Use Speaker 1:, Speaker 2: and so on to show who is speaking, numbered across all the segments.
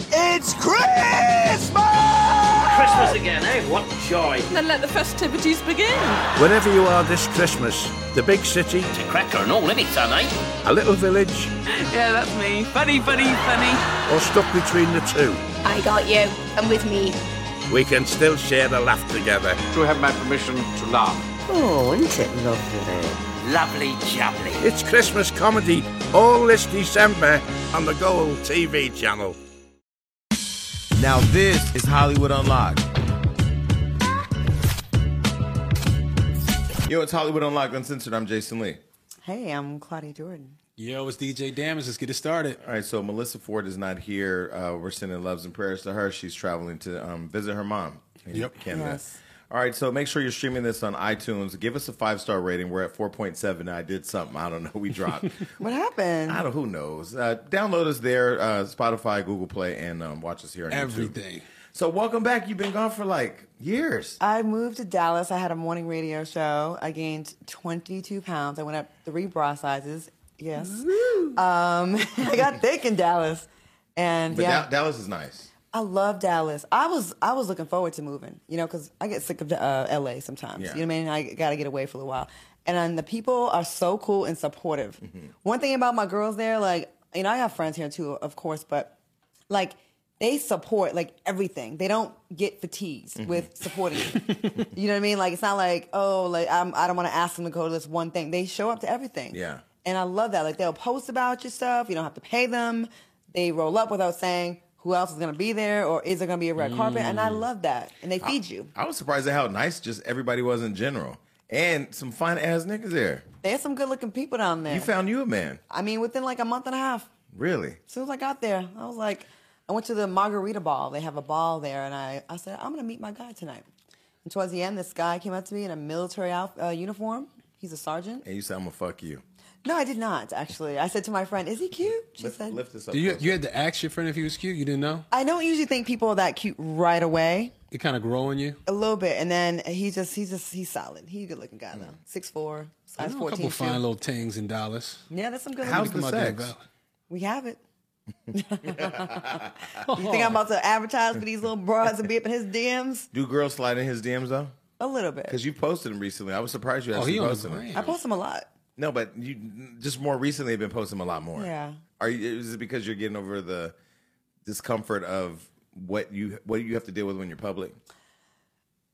Speaker 1: It's Christmas!
Speaker 2: Christmas again, eh? What joy.
Speaker 3: Then let the festivities begin.
Speaker 4: Wherever you are this Christmas, the big city,
Speaker 2: It's a cracker and all in it, eh? I mate.
Speaker 4: a little village,
Speaker 3: Yeah, that's me. Funny, funny, funny.
Speaker 4: or stuck between the two,
Speaker 5: I got you, and with me.
Speaker 4: we can still share the laugh together.
Speaker 6: Do you have my permission to laugh?
Speaker 7: Oh, isn't it lovely?
Speaker 2: Lovely jubbly.
Speaker 4: It's Christmas comedy all this December on the Gold TV channel.
Speaker 8: Now this is Hollywood Unlocked. Yo, it's Hollywood Unlocked Uncensored. I'm Jason Lee.
Speaker 7: Hey, I'm Claudia Jordan.
Speaker 9: Yo, it's DJ Damage. Let's get it started.
Speaker 8: All right, so Melissa Ford is not here. Uh, we're sending loves and prayers to her. She's traveling to um, visit her mom in
Speaker 9: Yep.
Speaker 8: Canada.
Speaker 7: Yes.
Speaker 8: All right, so make sure you're streaming this on iTunes. Give us a five star rating. We're at 4.7. I did something. I don't know. We dropped.
Speaker 7: What happened?
Speaker 8: I don't. Who knows? Uh, download us there, uh, Spotify, Google Play, and um, watch us here. On YouTube.
Speaker 9: Everything.
Speaker 8: So welcome back. You've been gone for like years.
Speaker 7: I moved to Dallas. I had a morning radio show. I gained 22 pounds. I went up three bra sizes. Yes. Um, I got thick in Dallas. And
Speaker 8: But
Speaker 7: yeah,
Speaker 8: Da- Dallas is nice.
Speaker 7: I love Dallas. I was I was looking forward to moving, you know, because I get sick of uh, LA sometimes.
Speaker 8: Yeah.
Speaker 7: You know what I mean? I got to get away for a little while. And then the people are so cool and supportive. One thing about my girls there, like, you know, I have friends here too, of course, but like they support like everything. They don't get fatigues
Speaker 8: Mm-hmm.
Speaker 7: with supporting you. you know what I mean? Like it's not like oh, like I'm, I don't want to ask them to go to this one thing. They show up to everything.
Speaker 8: Yeah.
Speaker 7: And I love that. Like they'll post about your stuff. You don't have to pay them. They roll up without saying who else is going to be there or is there going to be a red carpet. And I love that. And they feed you.
Speaker 8: Mm. I was surprised at how nice just everybody was in general, and some fine ass niggas there.
Speaker 7: There's some good looking people down there.
Speaker 8: You found you a man,
Speaker 7: I mean, within like a month and a half,
Speaker 8: really?
Speaker 7: as soon as I got there, I was like, I went to the margarita ball. They have a ball there, and I, I said, I'm gonna meet my guy tonight. And towards the end, this guy came up to me in a military outf- uh, uniform. He's a sergeant.
Speaker 8: And you said I'm gonna fuck you.
Speaker 7: No, I did not actually. I said to my friend, "Is he cute?" She
Speaker 8: Lift,
Speaker 7: said,
Speaker 8: lift this up.
Speaker 9: Do you
Speaker 8: closer.
Speaker 9: you had to ask your friend if he was cute? You didn't know?
Speaker 7: "I don't usually think people are that cute right away.
Speaker 9: It kind of grow on you.
Speaker 7: A little bit, and then he just, he just, he's solid. He's a good looking guy
Speaker 8: Mm.
Speaker 7: though. Six four,
Speaker 9: I
Speaker 7: size
Speaker 9: know a
Speaker 7: fourteen.
Speaker 9: couple fine
Speaker 7: shoe.
Speaker 9: little things in Dallas.
Speaker 7: Yeah, that's some good.
Speaker 8: How's the
Speaker 7: Looking.
Speaker 9: Come Oh, out there
Speaker 8: sex?
Speaker 9: and go.
Speaker 7: We have it. you think I'm about to advertise for these little broads and be up in his DMs?
Speaker 8: Do girls slide in his DMs though?
Speaker 7: A little bit.
Speaker 8: Because you posted them recently. I was surprised you
Speaker 9: Oh,
Speaker 8: actually
Speaker 9: he on the
Speaker 8: posted them.
Speaker 9: gram.
Speaker 7: I post them a lot.
Speaker 8: No, but you just more recently have been posting them a lot more.
Speaker 7: Yeah.
Speaker 8: Are you? Is it because you're getting over the discomfort of what you what you have to deal with when you're public?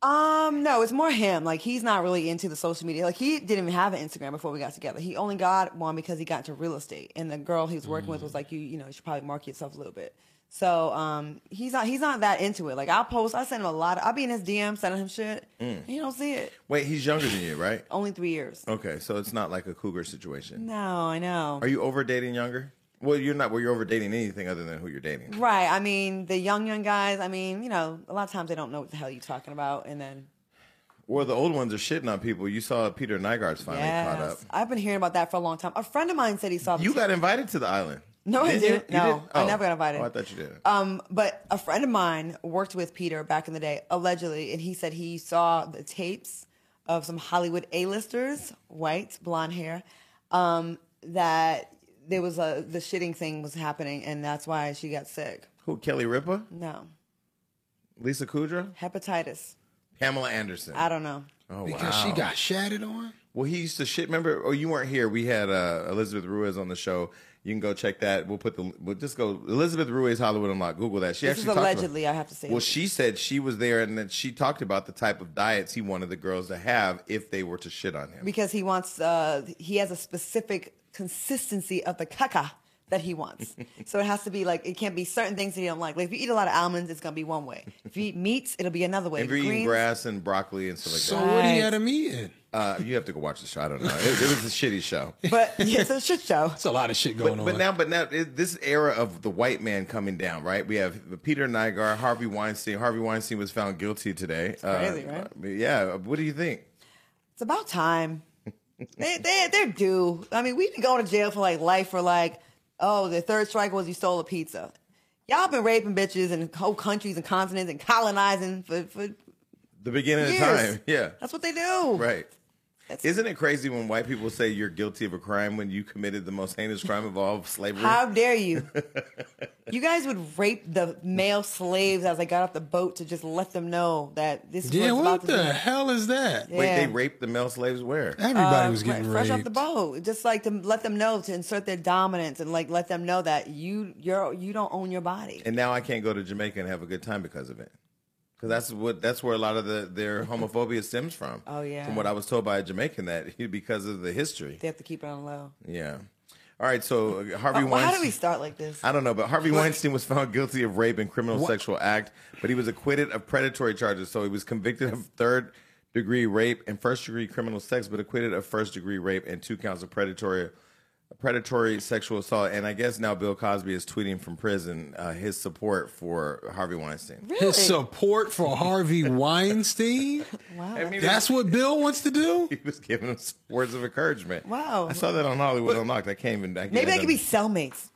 Speaker 7: Um, no, it's more him. Like he's not really into the social media. Like he didn't even have an Instagram before we got together. He only got one because he got into real estate, and the girl he was working with was
Speaker 8: Mm.
Speaker 7: like, "You, you know, you should probably market yourself a little bit." So, um, he's not he's not that into it. Like I'll post, I send him a lot. I'll be in his DM sending him shit.
Speaker 8: Mm.
Speaker 7: and He don't see it.
Speaker 8: Wait, he's younger than you, right?
Speaker 7: Only three years.
Speaker 8: Okay, so it's not like a cougar situation.
Speaker 7: No, I know.
Speaker 8: Oh. Are you over dating younger? Well, you're not. Well, you're over dating anything other than who you're dating.
Speaker 7: Right. I mean, the young young guys. I mean, you know, a lot of times they don't know what the hell you're talking about, and then
Speaker 8: Or the old ones are shitting on people. You saw Peter Nygaard's finally caught up.
Speaker 7: yes, I've been hearing about that for a long time. A friend of mine said he saw the
Speaker 8: You got invited to the island.
Speaker 7: No, I
Speaker 8: Did
Speaker 7: didn't.
Speaker 8: you? You
Speaker 7: No,
Speaker 8: didn't?
Speaker 7: I never got invited.
Speaker 8: Oh, I thought you did.
Speaker 7: Um, but a friend of mine worked with Peter back in the day, allegedly, and he said he saw the tapes of some Hollywood A-listers, white, blonde hair, um, that there was a the shitting thing was happening, and that's why she got sick.
Speaker 8: who? Kelly Ripa,
Speaker 7: No,
Speaker 8: Lisa Kudrow,
Speaker 7: hepatitis.
Speaker 8: Pamela Anderson.
Speaker 7: I don't know.
Speaker 8: oh
Speaker 9: Because
Speaker 8: wow.
Speaker 9: she got shatted on.
Speaker 8: Well, he used to shit. Remember? Oh, you weren't here. We had uh, Elizabeth Ruiz on the show. You can go check that. We'll put the. We'll just go Elizabeth Ruiz Hollywood Unlocked. Google that. She
Speaker 7: This is
Speaker 8: actually talked about-
Speaker 7: allegedly, I have to say.
Speaker 8: Well, she said she was there, and then she talked about the type of diets he wanted the girls to have if they were to shit on him.
Speaker 7: because he wants uh, he has a specific consistency of the caca that he wants. so it has to be like it can't be certain things that he don't like. Like if you eat a lot of almonds, it's gonna be one way. If you eat meats, it'll be another way.
Speaker 8: and green
Speaker 7: Greens-
Speaker 8: grass and broccoli and stuff like
Speaker 9: So
Speaker 8: that.
Speaker 9: what he
Speaker 7: Right.
Speaker 9: had a meeting.
Speaker 8: Uh, you have to go watch the show. I don't know. It, it was a shitty show.
Speaker 7: But yeah, it's a shit show.
Speaker 9: That's a lot of shit going
Speaker 8: But,
Speaker 9: on.
Speaker 8: but now, but now, it, this era of the white man coming down, right? We have Peter Nygaard, Harvey Weinstein. Harvey Weinstein was found guilty today.
Speaker 7: crazy,
Speaker 8: Uh,
Speaker 7: right?
Speaker 8: Yeah. What do you think?
Speaker 7: It's about time. they they they're due. I mean, we've been going to jail for like life for like oh the third strike was you stole a pizza. Y'all been raping bitches in whole countries and continents and colonizing for for
Speaker 8: The beginning
Speaker 7: years.
Speaker 8: of time. Yeah.
Speaker 7: that's what they do.
Speaker 8: Right. Isn't it crazy when white people say you're guilty of a crime when you committed the most heinous crime of all slavery?
Speaker 7: How dare you? you guys would rape the male slaves as they got off the boat to just let them know that this
Speaker 9: Yeah,
Speaker 7: was about
Speaker 9: what
Speaker 7: to
Speaker 9: the
Speaker 7: be.
Speaker 9: hell is that?
Speaker 8: Wait,
Speaker 7: Yeah.
Speaker 8: they raped the male slaves where?
Speaker 9: Everybody was getting
Speaker 7: Right, fresh off
Speaker 9: raped.
Speaker 7: the boat, just like to let them know to insert their dominance and like let them know that you you're you don't own your body.
Speaker 8: And now I can't go to Jamaica and have a good time because of it. Because that's what that's where a lot of the their homophobia stems from.
Speaker 7: Oh, yeah.
Speaker 8: From what I was told by a Jamaican that because of the history.
Speaker 7: They have to keep it on low.
Speaker 8: Yeah. All right. So uh, Harvey
Speaker 7: Why, Oh, why
Speaker 8: Weinstein.
Speaker 7: do we start like this?
Speaker 8: I don't know, but Harvey Weinstein was found guilty of rape and criminal sexual act, but he was acquitted of predatory charges. So he was convicted of third degree rape and first degree criminal sex, but acquitted of first degree rape and two counts of predatory predatory sexual assault. And I guess now Bill Cosby is tweeting from prison uh, his support for Harvey Weinstein.
Speaker 7: Really?
Speaker 9: His support for Harvey Weinstein.
Speaker 7: wow.
Speaker 8: I mean,
Speaker 9: That's what Bill wants to do.
Speaker 8: he was giving him words of encouragement.
Speaker 7: Wow.
Speaker 8: I saw that on Hollywood Unlocked. I can't even. I can't
Speaker 7: Maybe they
Speaker 8: even-
Speaker 7: could be cellmates.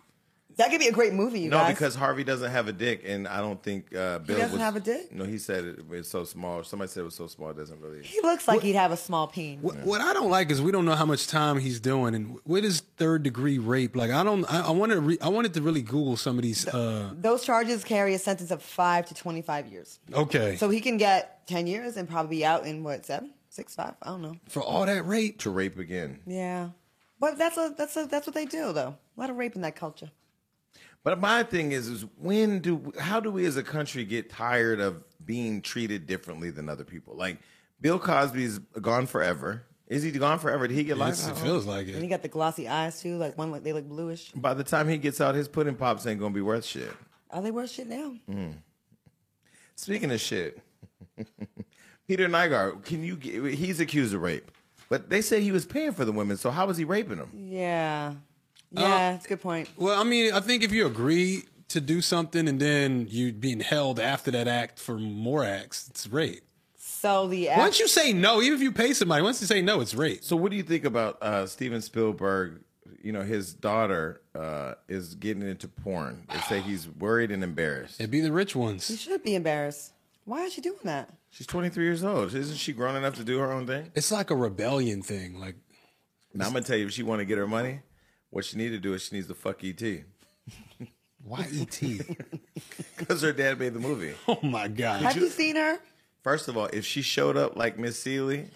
Speaker 7: That could be a great movie, you
Speaker 8: No,
Speaker 7: guys.
Speaker 8: because Harvey doesn't have a dick, and I don't think uh, Bill
Speaker 7: doesn't
Speaker 8: was-
Speaker 7: have a dick?
Speaker 8: No, he said it, it's so small. Somebody said it was so small, it doesn't really.
Speaker 7: he looks like he'd have a small peen.
Speaker 9: What, what I don't like is we don't know how much time he's doing, and what is third degree rape? Like I don't. I, I wanted. To re, I wanted to really Google some of these. Uh,
Speaker 7: Those charges carry a sentence of five to twenty-five years.
Speaker 9: okay,
Speaker 7: So he can get ten years and probably be out in what seven, six, five. I don't know.
Speaker 9: for all that rape,
Speaker 8: To rape again,
Speaker 7: Yeah, but that's a that's a that's what they do though. A lot of rape in that culture.
Speaker 8: but my thing is, is when do how do we as a country get tired of being treated differently than other people? Like Bill Cosby's gone forever. Is he gone forever? Did he get life?
Speaker 9: It's- it feels like
Speaker 7: And he
Speaker 9: it.
Speaker 7: got the glossy eyes too. Like one, look- they look bluish.
Speaker 8: By the time he gets out, his pudding pops ain't gonna be worth shit.
Speaker 7: Are they worth shit now?
Speaker 8: Speaking of shit, Peter Nygaard, can you? get- He's accused of rape, but they said he was paying for the women. So how was he raping them?
Speaker 7: Yeah, yeah. It's a good point.
Speaker 9: Well, I mean, I think if you agree to do something and then you being held after that act for more acts, it's rape.
Speaker 7: So the
Speaker 9: Once you say no, even if you pay somebody, once you say no, it's rape.
Speaker 8: So, what do you think about uh, Steven Spielberg? You know, his daughter uh, is getting into porn. They say he's worried and embarrassed.
Speaker 9: It'd be the rich
Speaker 7: you
Speaker 9: ones.
Speaker 7: should be embarrassed. Why is she doing that?
Speaker 8: She's 23 years old. Isn't she grown enough to do her own thing?
Speaker 9: It's like a rebellion thing. Like
Speaker 8: Now, I'm going to tell you, if she want to get her money, what she need to do is she needs to fuck E E.T.
Speaker 9: why et?
Speaker 8: Because her dad made the movie.
Speaker 9: oh my
Speaker 7: Have
Speaker 9: god!
Speaker 7: you seen her?
Speaker 8: First of all, if she showed up like Miss Seeley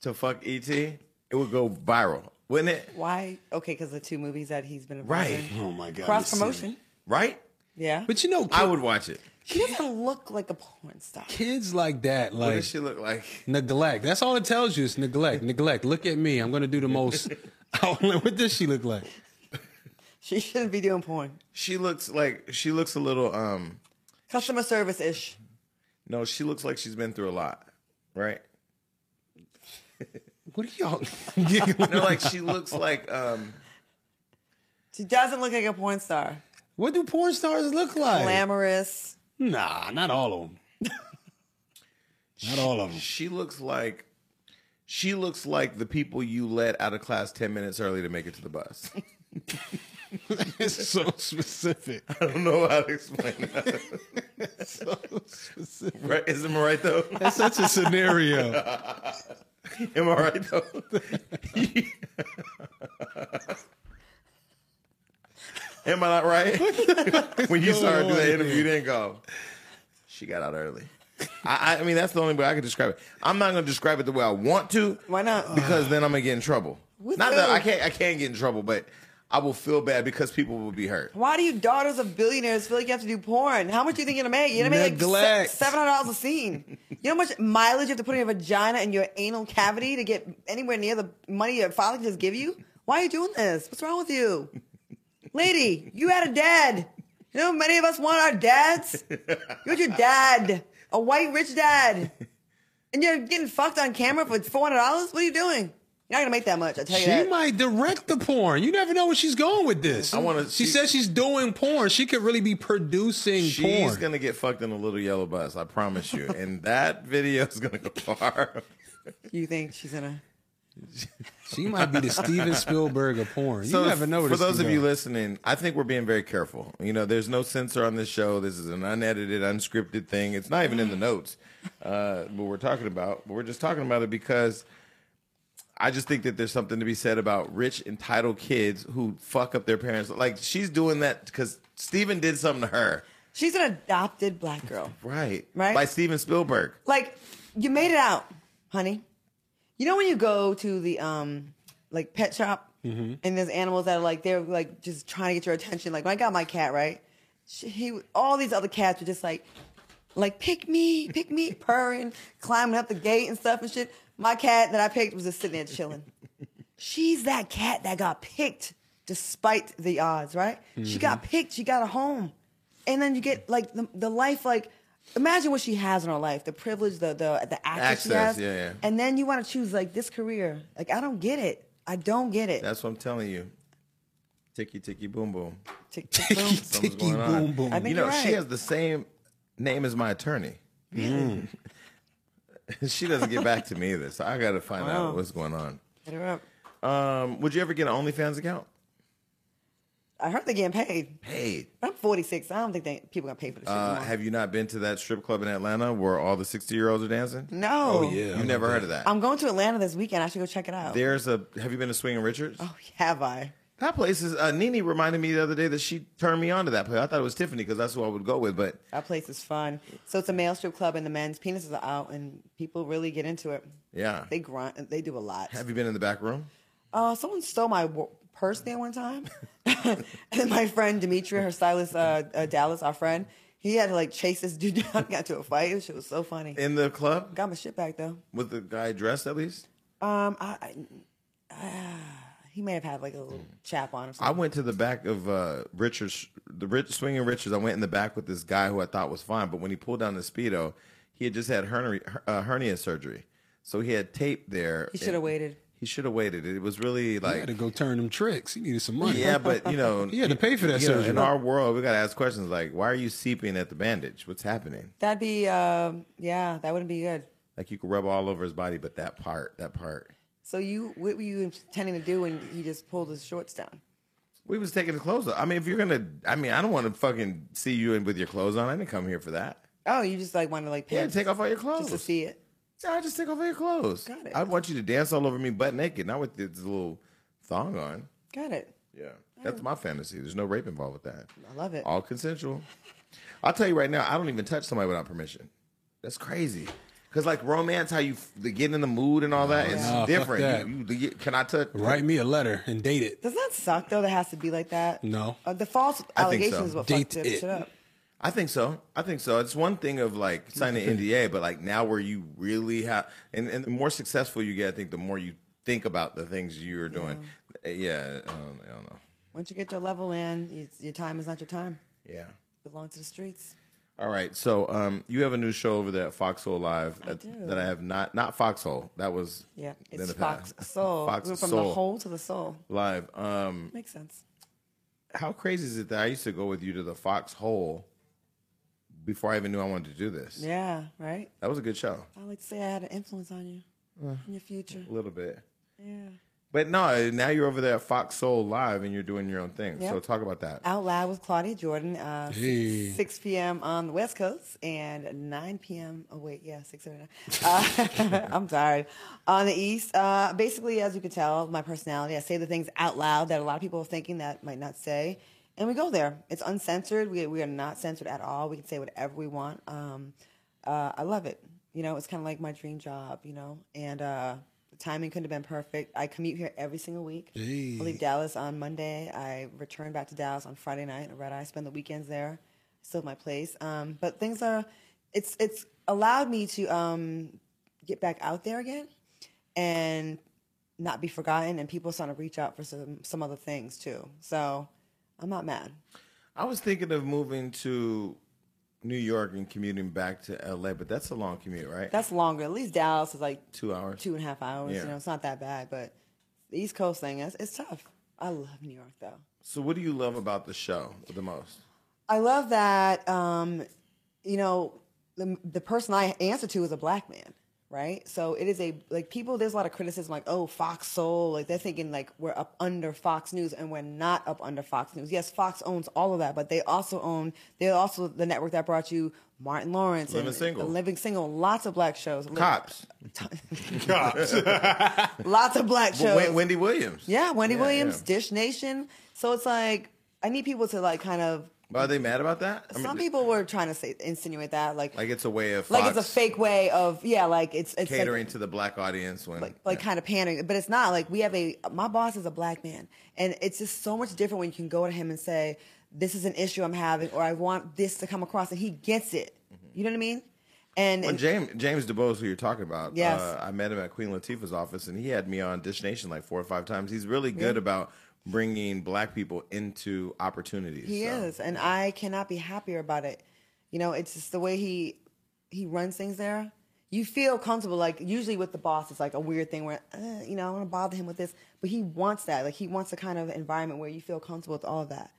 Speaker 8: to fuck E.T., it would go viral, wouldn't it?
Speaker 7: Why? Okay, because the two movies that he's been involved
Speaker 8: Right.
Speaker 7: in.
Speaker 9: Oh my god!
Speaker 7: Cross
Speaker 9: Miss
Speaker 7: promotion.
Speaker 8: Right?
Speaker 7: Yeah. Yeah.
Speaker 9: But you know,
Speaker 8: I would watch it.
Speaker 7: She doesn't look like a porn star.
Speaker 9: kids like that,
Speaker 8: What
Speaker 9: like
Speaker 8: does she look like?
Speaker 9: neglect. That's all it tells you. It's neglect, neglect. Look at me. I'm going to do the most. I don't know, what does she look like?
Speaker 7: She shouldn't be doing porn.
Speaker 8: She looks like she looks a little um
Speaker 7: Customer service ish.
Speaker 8: No, she looks like she's been through a lot, right?
Speaker 9: What are y'all? giggling?
Speaker 8: No, like she looks like um
Speaker 7: She doesn't look like a porn star.
Speaker 9: what do porn stars look like?
Speaker 7: Glamorous.
Speaker 9: Nah, not all of them. not all of them.
Speaker 8: she looks like she looks like the people you let out of class 10 minutes early to make it to the bus.
Speaker 9: It's so specific.
Speaker 8: I don't know how to explain that.
Speaker 9: So specific.
Speaker 8: Right? Is am I right though?
Speaker 9: That's such a scenario.
Speaker 8: Am I right though? Am I not right? when you started doing
Speaker 9: on
Speaker 8: that
Speaker 9: here?
Speaker 8: interview, you didn't go. She got out early. I, I- I mean, that's the only way I could describe it. I'm not going to describe it the way I want to.
Speaker 7: Why not?
Speaker 8: Because then I'm going to get in trouble.
Speaker 7: With
Speaker 8: not that
Speaker 7: who?
Speaker 8: I can't. I can't get in trouble, but I will feel bad because people will be hurt.
Speaker 7: Why do you daughters of billionaires feel like you have to do porn? How much do you think you're gonna make? You're gonna make like
Speaker 9: Neglect.
Speaker 7: seven hundred dollars a scene. You know how much mileage you have to put in your vagina and your anal cavity to get anywhere near the money your father can just give you? Why are you doing this? What's wrong with you, lady? You had a dad. You know, how many of us want our dads. You had your dad, a white rich dad, and you're getting fucked on camera for four hundred dollars. What are you doing? You're not gonna make that much. I tell you
Speaker 9: She
Speaker 7: that.
Speaker 9: might direct the porn. You never know where she's going with this.
Speaker 8: I wanna-
Speaker 9: She
Speaker 8: she-
Speaker 9: says she's doing porn. She could really be producing
Speaker 8: She's
Speaker 9: porn.
Speaker 8: gonna get fucked in a little yellow bus. I promise you. and that video is gonna go far.
Speaker 7: you think she's gonna?
Speaker 9: She might be the Steven Spielberg of porn.
Speaker 8: So
Speaker 9: you never know. where
Speaker 8: For
Speaker 9: this
Speaker 8: those
Speaker 9: can
Speaker 8: of you
Speaker 9: go.
Speaker 8: listening, I think we're being very careful. You know, there's no censor on this show. This is an unedited, unscripted thing. It's not even in the notes. Uh, what we're talking about, but we're just talking about it because I just think that there's something to be said about rich entitled kids who fuck up their parents. Like she's doing that because Steven did something to her,
Speaker 7: She's an adopted black girl.
Speaker 8: right?
Speaker 7: Right.
Speaker 8: By Steven Spielberg.
Speaker 7: Like, you made it out, honey. You know when you go to the um like pet shop
Speaker 8: Mm-hmm.
Speaker 7: and there's animals that are like they're like just trying to get your attention. Like when I got my cat, right? She, he all these other cats were just like like pick me, pick me, purring, climbing up the gate and stuff and shit. My cat that I picked was just sitting there chilling. She's that cat that got picked despite the odds, right? She
Speaker 8: Mm-hmm.
Speaker 7: got picked, she got a home. And then you get like the, the life like imagine what she has in her life, the privilege, the the the access,
Speaker 8: Access,
Speaker 7: she has.
Speaker 8: yeah, yeah.
Speaker 7: And then you want to choose like this career. Like I don't get it. I don't get it.
Speaker 8: That's what I'm telling you. Ticky ticky boom boom.
Speaker 7: Tick, tick, boom.
Speaker 8: Something's
Speaker 9: Ticky
Speaker 8: going on.
Speaker 9: boom boom.
Speaker 7: I think
Speaker 8: You know,
Speaker 7: you're
Speaker 8: she
Speaker 7: right.
Speaker 8: has the same name as my attorney.
Speaker 7: Mm.
Speaker 8: she doesn't get back to me either, so I got to find out what's going on.
Speaker 7: Hit her up.
Speaker 8: Um, would you ever get an OnlyFans account?
Speaker 7: I heard they're getting paid.
Speaker 8: Hey,
Speaker 7: I'm 46. I don't think they, people gonna pay for this shit.
Speaker 8: uh,
Speaker 7: anymore.
Speaker 8: have you not been to that strip club in Atlanta where all the sixty-year-olds are dancing?
Speaker 7: no.
Speaker 9: Oh yeah,
Speaker 8: you never heard of that.
Speaker 7: I'm going to Atlanta this weekend. I should go check it out.
Speaker 8: There's a. Have you been to Swinging Richards?
Speaker 7: oh, have I?
Speaker 8: That place is. Uh, Nene reminded me the other day that she turned me on to that place. I thought it was Tiffany because that's who I would go with, but
Speaker 7: That place is fun. So it's a male strip club, and the men's penises are out, and people really get into it.
Speaker 8: yeah.
Speaker 7: They grunt. and They do a lot.
Speaker 8: Have you been in the back room?
Speaker 7: Uh, someone stole my wo- purse there one time. and then my friend Demetria, her stylist, uh, uh, Dallas, our friend, he had to like chase this dude down, got into a fight. It was so funny.
Speaker 8: In the club
Speaker 7: Got my shit back though.
Speaker 8: with the guy dressed at least.
Speaker 7: Um, I, I ah, he may have had like a little chap on or
Speaker 8: I
Speaker 7: something.
Speaker 8: went to the back of uh, Richards, the Rich Swinging Richards. I went in the back with this guy who I thought was fine, but when he pulled down the speedo, he had just had hernia, uh, hernia surgery, so he had tape there.
Speaker 7: He should have waited.
Speaker 8: He should have waited. It was really
Speaker 9: He had
Speaker 8: like,
Speaker 9: to go turn them tricks. He needed some money.
Speaker 8: yeah, but you know,
Speaker 9: He had to pay for that
Speaker 8: you know,
Speaker 9: surgery.
Speaker 8: in our world, we gotta ask questions like, why are you seeping at the bandage? What's happening?
Speaker 7: That'd be, um, yeah, that wouldn't be good.
Speaker 8: Like you could rub all over his body, but that part, that part.
Speaker 7: So you, what were you intending to do when he just pulled his shorts down?
Speaker 8: We was taking the clothes off. I mean, if you're gonna, I mean, I don't want to fucking see you in with your clothes on. I didn't come here for that.
Speaker 7: Oh, you just like wanted to like
Speaker 8: Yeah,
Speaker 7: pants
Speaker 8: take off all your clothes.
Speaker 7: just to see it.
Speaker 8: Yeah, I just take off all your clothes.
Speaker 7: Got it.
Speaker 8: I want you to dance all over me butt naked, not with this little thong on.
Speaker 7: Got it.
Speaker 8: Yeah. That's my fantasy. There's no rape involved with that.
Speaker 7: I love it.
Speaker 8: All consensual. I'll tell you right now, I don't even touch somebody without permission. That's crazy. Cause like romance, how you f- the get in the mood and all that, it's
Speaker 9: Nah, fuck
Speaker 8: different.
Speaker 9: that.
Speaker 8: You- you- you- can I touch?
Speaker 9: Write me a letter and date it.
Speaker 7: Doesn't that suck though? That has to be like that.
Speaker 9: No.
Speaker 7: Uh, the false
Speaker 8: I think
Speaker 7: allegations
Speaker 8: so.
Speaker 7: is what
Speaker 9: Date
Speaker 7: fucked it.
Speaker 9: it.
Speaker 7: shit up.
Speaker 8: I think so. I think so. It's one thing of like signing an NDA, but like now where you really have, and, and the more successful you get, I think the more you think about the things you're doing. Eh, Yeah, I, don't, I don't know.
Speaker 7: Once you get to a level, man, you, your time is not your time.
Speaker 8: Yeah.
Speaker 7: It belongs to the streets.
Speaker 8: All right, so um, you have a new show over there at Foxhole Live that,
Speaker 7: do.
Speaker 8: that I have not not Foxhole. That was
Speaker 7: Yeah,
Speaker 8: in
Speaker 7: it's
Speaker 8: the past.
Speaker 7: Fox Soul.
Speaker 8: Fox
Speaker 7: we went from the
Speaker 8: Soul
Speaker 7: whole to the soul.
Speaker 8: Live. Um,
Speaker 7: Makes sense.
Speaker 8: how crazy is it that I used to go with you to the Foxhole before I even knew I wanted to do this?
Speaker 7: Yeah, right.
Speaker 8: That was a good show,
Speaker 7: I like to say I had an influence on you in your future.
Speaker 8: a little bit.
Speaker 7: Yeah.
Speaker 8: But no, now you're over there at Foxhole Live and you're doing your own thing.
Speaker 7: Yeah.
Speaker 8: So talk about that.
Speaker 7: Out Loud with Claudia Jordan, uh, s-
Speaker 9: Hey.
Speaker 7: 6 p.m. on the West Coast and 9 p.m. Oh, wait, yeah, 6 7, uh, I'm tired. On the East, uh, basically, as you can tell, my personality, I say the things out loud that a lot of people are thinking that might not say. And we go there. It's uncensored. We, we are not censored at all. We can say whatever we want. Um, uh, I love it. You know, it's kind of like my dream job, you know, and uh, the timing couldn't have been perfect. I commute here every single week.
Speaker 9: Hey.
Speaker 7: I leave Dallas on Monday. I return back to Dallas on Friday night. Red Eye. Spend the weekends there. Still at my place. Um, but things are, it's it's allowed me to um, get back out there again, and not be forgotten. And people starting to reach out for some some other things too. So I'm not mad.
Speaker 8: I was thinking of moving to New York and commuting back to LA, but that's a long commute, right?
Speaker 7: That's longer. At least Dallas is like
Speaker 8: two hours.
Speaker 7: two and a half hours.
Speaker 8: Yeah.
Speaker 7: You know, it's not that bad. But the East Coast thing is it's tough. I love New York though.
Speaker 8: So, what do you love about the show the most?
Speaker 7: I love that. Um, you know, the the person I answer to is a black man, right? So it is a like people. There's a lot of criticism, like oh Fox Soul, like they're thinking like we're up under Fox News, and we're not up under Fox News. Yes, Fox owns all of that, but they also own they're also the network that brought you Martin Lawrence,
Speaker 8: Living
Speaker 7: and
Speaker 8: Single.
Speaker 7: Living Single, lots of black shows,
Speaker 8: Cops.
Speaker 7: lots of black shows.
Speaker 8: Wen- Wendy Williams.
Speaker 7: yeah, Wendy
Speaker 8: Yeah,
Speaker 7: Williams,
Speaker 8: yeah.
Speaker 7: Dish Nation. So it's like I need people to like kind of.
Speaker 8: Are they mad about that? I mean,
Speaker 7: some people were trying to say insinuate that like
Speaker 8: Like it's a way of
Speaker 7: like it's a
Speaker 8: Fox
Speaker 7: fake way of yeah like it's it's like-
Speaker 8: catering to the black audience when
Speaker 7: like, like kind of pandering, but it's not like we have a my boss is a black man, and it's just so much different when you can go to him and say, "This is an issue I'm having," or "I want this to come across," and he gets it.
Speaker 8: Mm-hmm.
Speaker 7: You know what I mean? And,
Speaker 8: Well,
Speaker 7: and
Speaker 8: James James DeBose, who you're talking about,
Speaker 7: Yes.
Speaker 8: uh, I met him at Queen Latifah's office, and he had me on Dish Nation like four or five times. He's really good about bringing black people into opportunities.
Speaker 7: he
Speaker 8: so.
Speaker 7: is, and I cannot be happier about it. You know, it's just the way he he runs things there. You feel comfortable, like usually with the boss, it's like a weird thing where uh, you know I want to bother him with this, but he wants that. Like he wants a kind of environment where you feel comfortable with all of that.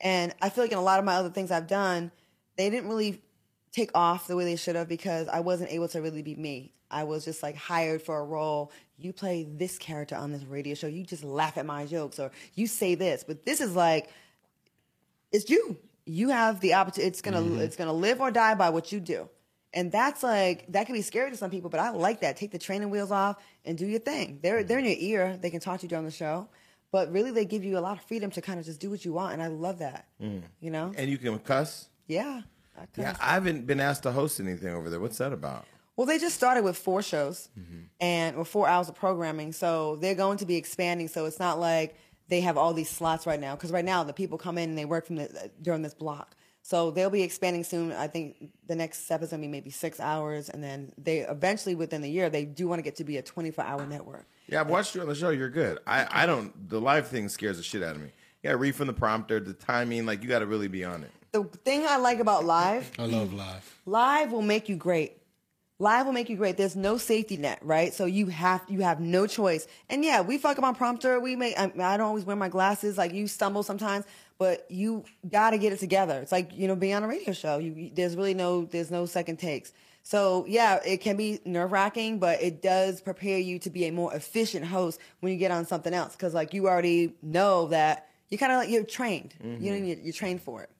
Speaker 7: And I feel like in a lot of my other things I've done, they didn't really take off the way they should have because I wasn't able to really be me. I was just like hired for a role. You play this character on this radio show. You just laugh at my jokes or you say this. But this is like it's you. You have the opportunity. It's gonna
Speaker 8: Mm-hmm.
Speaker 7: it's gonna live or die by what you do, and that's like that can be scary to some people. But I like that. Take the training wheels off and do your thing.
Speaker 8: Mm-hmm.
Speaker 7: They're they're in your ear. They can talk to you during the show, but really they give you a lot of freedom to kind of just do what you want, and I love that. You know,
Speaker 8: Mm. and you can cuss.
Speaker 7: yeah. I kinda
Speaker 8: Yeah, I haven't been asked to host anything over there. What's that about?
Speaker 7: Well, they just started with four shows and or four hours of programming, so they're going to be expanding. So it's not like they have all these slots right now because right now the people come in and they work from the, during this block. So they'll be expanding soon. I think the next step is going to be maybe six hours, and then they eventually within the year they do want to get to be a twenty-four hour network.
Speaker 8: Yeah, I've watched you on the show. You're good. I, I don't. The live thing scares the shit out of me. You got to read from the prompter, the timing. Like you got to really be on it.
Speaker 7: The thing I like about live
Speaker 9: I love live.
Speaker 7: live will make you great live will make you great there's no safety net right so you have you have no choice and yeah we fuck up on prompter we make I, I don't always wear my glasses like you stumble sometimes but you gotta get it together it's like you know being on a radio show you- you there's really no there's no second takes so yeah it can be nerve wracking but it does prepare you to be a more efficient host when you get on something else because like you already know that you kind of like you're trained you know you're, you're trained for it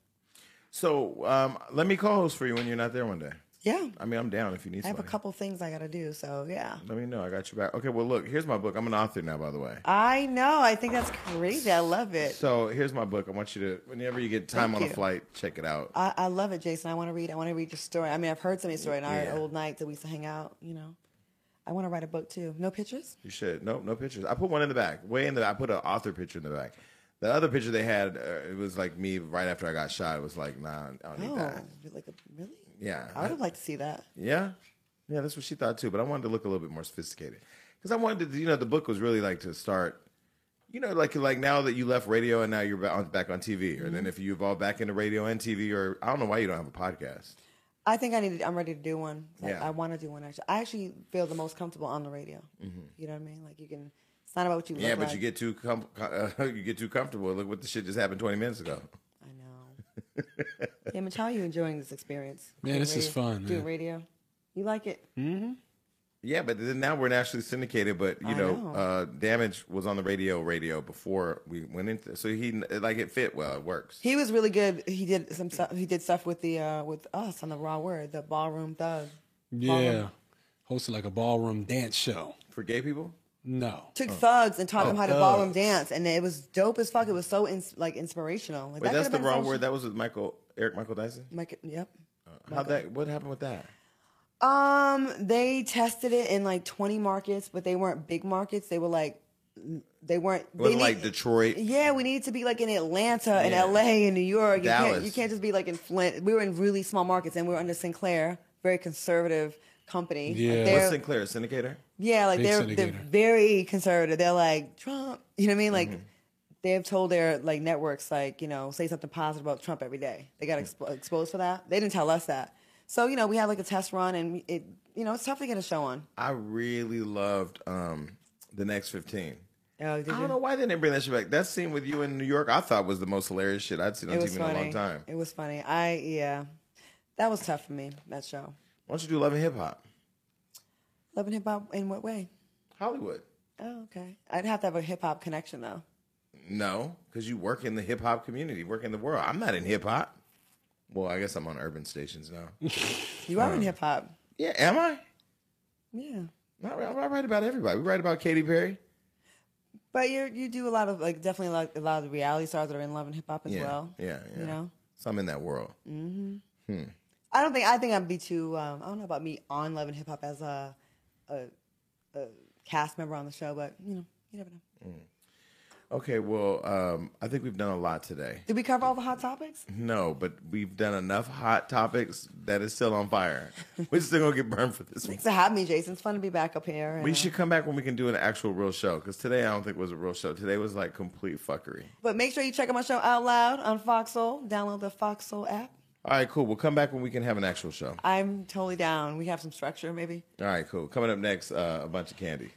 Speaker 8: So um, let me co-host for you when you're not there one day.
Speaker 7: yeah
Speaker 8: I mean, I'm down if you need.
Speaker 7: I have a
Speaker 8: somebody.
Speaker 7: couple things I gotta do, so yeah.
Speaker 8: Let me know. I got you back. Okay. Well, look. Here's my book. I'm an author now, by the way.
Speaker 7: I know. I think that's crazy. I love it.
Speaker 8: So here's my book. I want you to, whenever you get time
Speaker 7: Thank
Speaker 8: on a
Speaker 7: you.
Speaker 8: flight, check it out.
Speaker 7: I, I love it, Jason. I want to read. I want to read your story. I mean, I've heard some of your story in our
Speaker 8: Yeah.
Speaker 7: old nights that we used to hang out. You know, I want to write a book too. No pictures.
Speaker 8: You should. Nope, no pictures. I put one in the back, way in the. I put an author picture in the back. The other picture they had, uh, it was like me right after I got shot. It was like, nah, I don't need
Speaker 7: Oh,
Speaker 8: that.
Speaker 7: you're like a, really?
Speaker 8: Yeah.
Speaker 7: I would have liked to see that.
Speaker 8: Yeah, yeah, that's what she thought too. But I wanted to look a little bit more sophisticated because I wanted to, you know, the book was really like to start, you know, like like now that you left radio and now you're back on, back on TV, or then
Speaker 7: Mm-hmm.
Speaker 8: if you evolve back into radio and TV, or I don't know why you don't have a podcast.
Speaker 7: I think I need. To, I'm ready to do one. Like,
Speaker 8: Yeah.
Speaker 7: I want to do one actually. I actually feel the most comfortable on the radio. You know what I mean? Like you can. It's not about what you.
Speaker 8: Mm-hmm. Yeah,
Speaker 7: look
Speaker 8: but
Speaker 7: like.
Speaker 8: you get too com- co- uh, you get too comfortable. Look what the shit just happened twenty minutes ago.
Speaker 7: I know. yeah, Mitch, how are you enjoying this experience?
Speaker 9: Man,
Speaker 7: Doing
Speaker 9: this is
Speaker 7: radio-
Speaker 9: fun,
Speaker 7: Doing
Speaker 9: man.
Speaker 7: radio. You like it?
Speaker 8: Yeah, but then now we're nationally syndicated. But you
Speaker 7: I
Speaker 8: know,
Speaker 7: know.
Speaker 8: Uh, damage was on the radio, radio before we went into. So he like it fit well. It works.
Speaker 7: He was really good. He did some stuff. He did stuff with the uh, with us on the Raw Word, the Ballroom Thug.
Speaker 9: Yeah. Hosted like a ballroom dance show.
Speaker 8: For gay people,
Speaker 9: No.
Speaker 7: Took thugs and taught
Speaker 8: Oh,
Speaker 7: them how to
Speaker 9: thugs.
Speaker 7: ballroom dance, and it was dope as fuck. It was so ins- like inspirational. Like,
Speaker 8: wait,
Speaker 7: that
Speaker 8: that's
Speaker 7: could've
Speaker 8: the
Speaker 7: been
Speaker 8: wrong
Speaker 7: something-
Speaker 8: word. That was with Michael Eric Michael Dyson.
Speaker 7: Like, yep.
Speaker 8: How that? What happened with that?
Speaker 7: Um, they tested it in like twenty markets, but they weren't big markets. They were like, they weren't.
Speaker 8: It wasn't
Speaker 7: they
Speaker 8: like
Speaker 7: need-
Speaker 8: Detroit.
Speaker 7: Yeah, we need to be like in Atlanta and
Speaker 8: Yeah.
Speaker 7: LA and New York. You can't,
Speaker 8: Dallas.
Speaker 7: you can't just be like in Flint. We were in really small markets, and we were under Sinclair, very conservative company. Like,
Speaker 9: Yeah. What's
Speaker 7: they're-
Speaker 8: What's Sinclair a syndicator?
Speaker 7: Yeah, like
Speaker 9: Big
Speaker 7: they're they're
Speaker 9: syndicator.
Speaker 7: very conservative. They're like Trump. You know what I mean?
Speaker 8: Mm-hmm.
Speaker 7: Like they've told their like networks like you know say something positive about Trump every day. They
Speaker 8: Mm.
Speaker 7: got expo- exposed for that. They didn't tell us that. So you know we had like a test run and it you know it's tough to get a show on.
Speaker 8: I really loved um, the next fifteen.
Speaker 7: Oh, did
Speaker 8: I
Speaker 7: you?
Speaker 8: don't know why they didn't bring that shit back. That scene with you in New York, I thought was the most hilarious shit I'd seen on
Speaker 7: It
Speaker 8: TV
Speaker 7: was
Speaker 8: in a
Speaker 7: funny.
Speaker 8: long time.
Speaker 7: It was funny. I yeah, that was tough for me that show.
Speaker 8: Why don't you do Love and Hip Hop?
Speaker 7: Love and hip hop in what way?
Speaker 8: Hollywood.
Speaker 7: Oh, okay. I'd have to have a hip hop connection though.
Speaker 8: No, because you work in the hip hop community, work in the world. I'm not in hip hop. Well, I guess I'm on urban stations now.
Speaker 7: You are in hip hop.
Speaker 8: yeah, am I?
Speaker 7: Yeah.
Speaker 8: Not right. I write about everybody. We write about Katy Perry.
Speaker 7: But you you do a lot of like definitely like a lot of reality stars that are in love and hip hop as
Speaker 8: Yeah,
Speaker 7: well.
Speaker 8: yeah, yeah.
Speaker 7: You know,
Speaker 8: So I'm in that world.
Speaker 7: I don't think I think I'd be too. Um, I don't know about me on love and hip hop as a, a a cast member on the show, but you know, you never know.
Speaker 8: Okay, well, um, I think we've done a lot today.
Speaker 7: Did we cover all the hot topics?
Speaker 8: No, but we've done enough hot topics that is still on fire. We're still gonna get burned for this one.
Speaker 7: Thanks to have me, Jason. It's fun to be back up here. and,
Speaker 8: We
Speaker 7: uh,
Speaker 8: should come back when we can do an actual real show because today I don't think was a real show. Today was like complete fuckery.
Speaker 7: But make sure you check out my show out loud on Foxhole. Download the Foxhole app.
Speaker 8: All right, cool. We'll come back when we can have an actual show.
Speaker 7: I'm totally down. We have some structure, maybe.
Speaker 8: All right, cool. Coming up next, uh, a bunch of candy.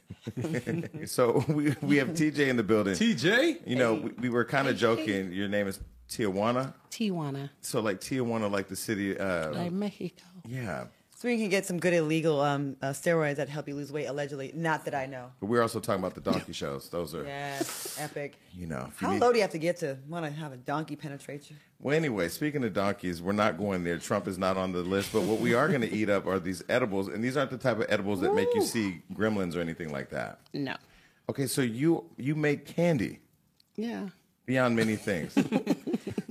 Speaker 8: so we we have TJ in the building.
Speaker 9: TJ?
Speaker 8: You know, we, we were kind of joking. Your name is Tijuana.
Speaker 1: Tijuana,
Speaker 8: So like Tijuana, like the city. Uh,
Speaker 1: like Mexico.
Speaker 8: yeah.
Speaker 7: So you can get some good illegal um, uh, steroids that help you lose weight, allegedly. Not that I know.
Speaker 8: But we're also talking about the donkey shows. Those are,
Speaker 7: Yes, epic.
Speaker 8: you know. if you
Speaker 7: How
Speaker 8: need-
Speaker 7: low do you have to get to want to have a donkey penetrate you?
Speaker 8: Well, anyway, speaking of donkeys, we're not going there. Trump is not on the list, but what we are going to eat up are these edibles, and these aren't the type of edibles that make you see gremlins or anything like that.
Speaker 1: No.
Speaker 8: Okay, so you you make candy
Speaker 1: Yeah.
Speaker 8: beyond many things.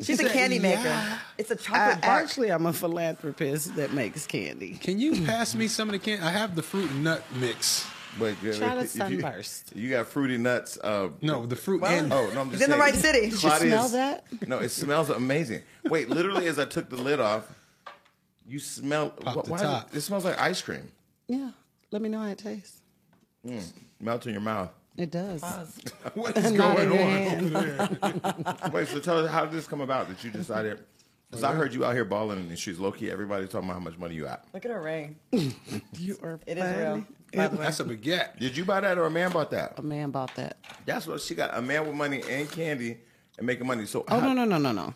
Speaker 7: She's a candy maker. It's a
Speaker 1: I,
Speaker 7: chocolate bar.
Speaker 1: actually, I'm a philanthropist that makes candy.
Speaker 9: Can you pass me some of the candy? I have the fruit and nut mix.
Speaker 8: but you-
Speaker 1: Try to
Speaker 8: if you-
Speaker 1: sunburst.
Speaker 8: You, got fruity nuts. Uh,
Speaker 9: No, the fruit and
Speaker 8: Oh no, I'm just
Speaker 7: It's in
Speaker 8: saying.
Speaker 7: the right city. Did you
Speaker 8: Claudia's-
Speaker 1: smell that?
Speaker 8: No, it smells amazing. Wait, literally, as I took the lid off, you smell.
Speaker 9: Pop the
Speaker 8: why-
Speaker 9: top.
Speaker 8: It smells like ice cream.
Speaker 1: Yeah. Let me know how it tastes.
Speaker 8: Melt in your mouth.
Speaker 1: It does.
Speaker 9: what is
Speaker 1: Not
Speaker 9: going
Speaker 1: in your
Speaker 9: on?
Speaker 1: hand.
Speaker 8: Wait, so tell us how did this come about that you decided? Because I heard you out here balling in the streets, low key. Everybody talking about how much money you got.
Speaker 7: Look at her ring.
Speaker 1: You are
Speaker 7: It is real.
Speaker 1: funny.
Speaker 7: By the way.
Speaker 9: That's a baguette.
Speaker 8: Did you buy that or a man bought that?
Speaker 1: A man bought that.
Speaker 8: That's what she got. A man with money and candy and making money. So
Speaker 1: Oh, no, Oh. no, no, no, no.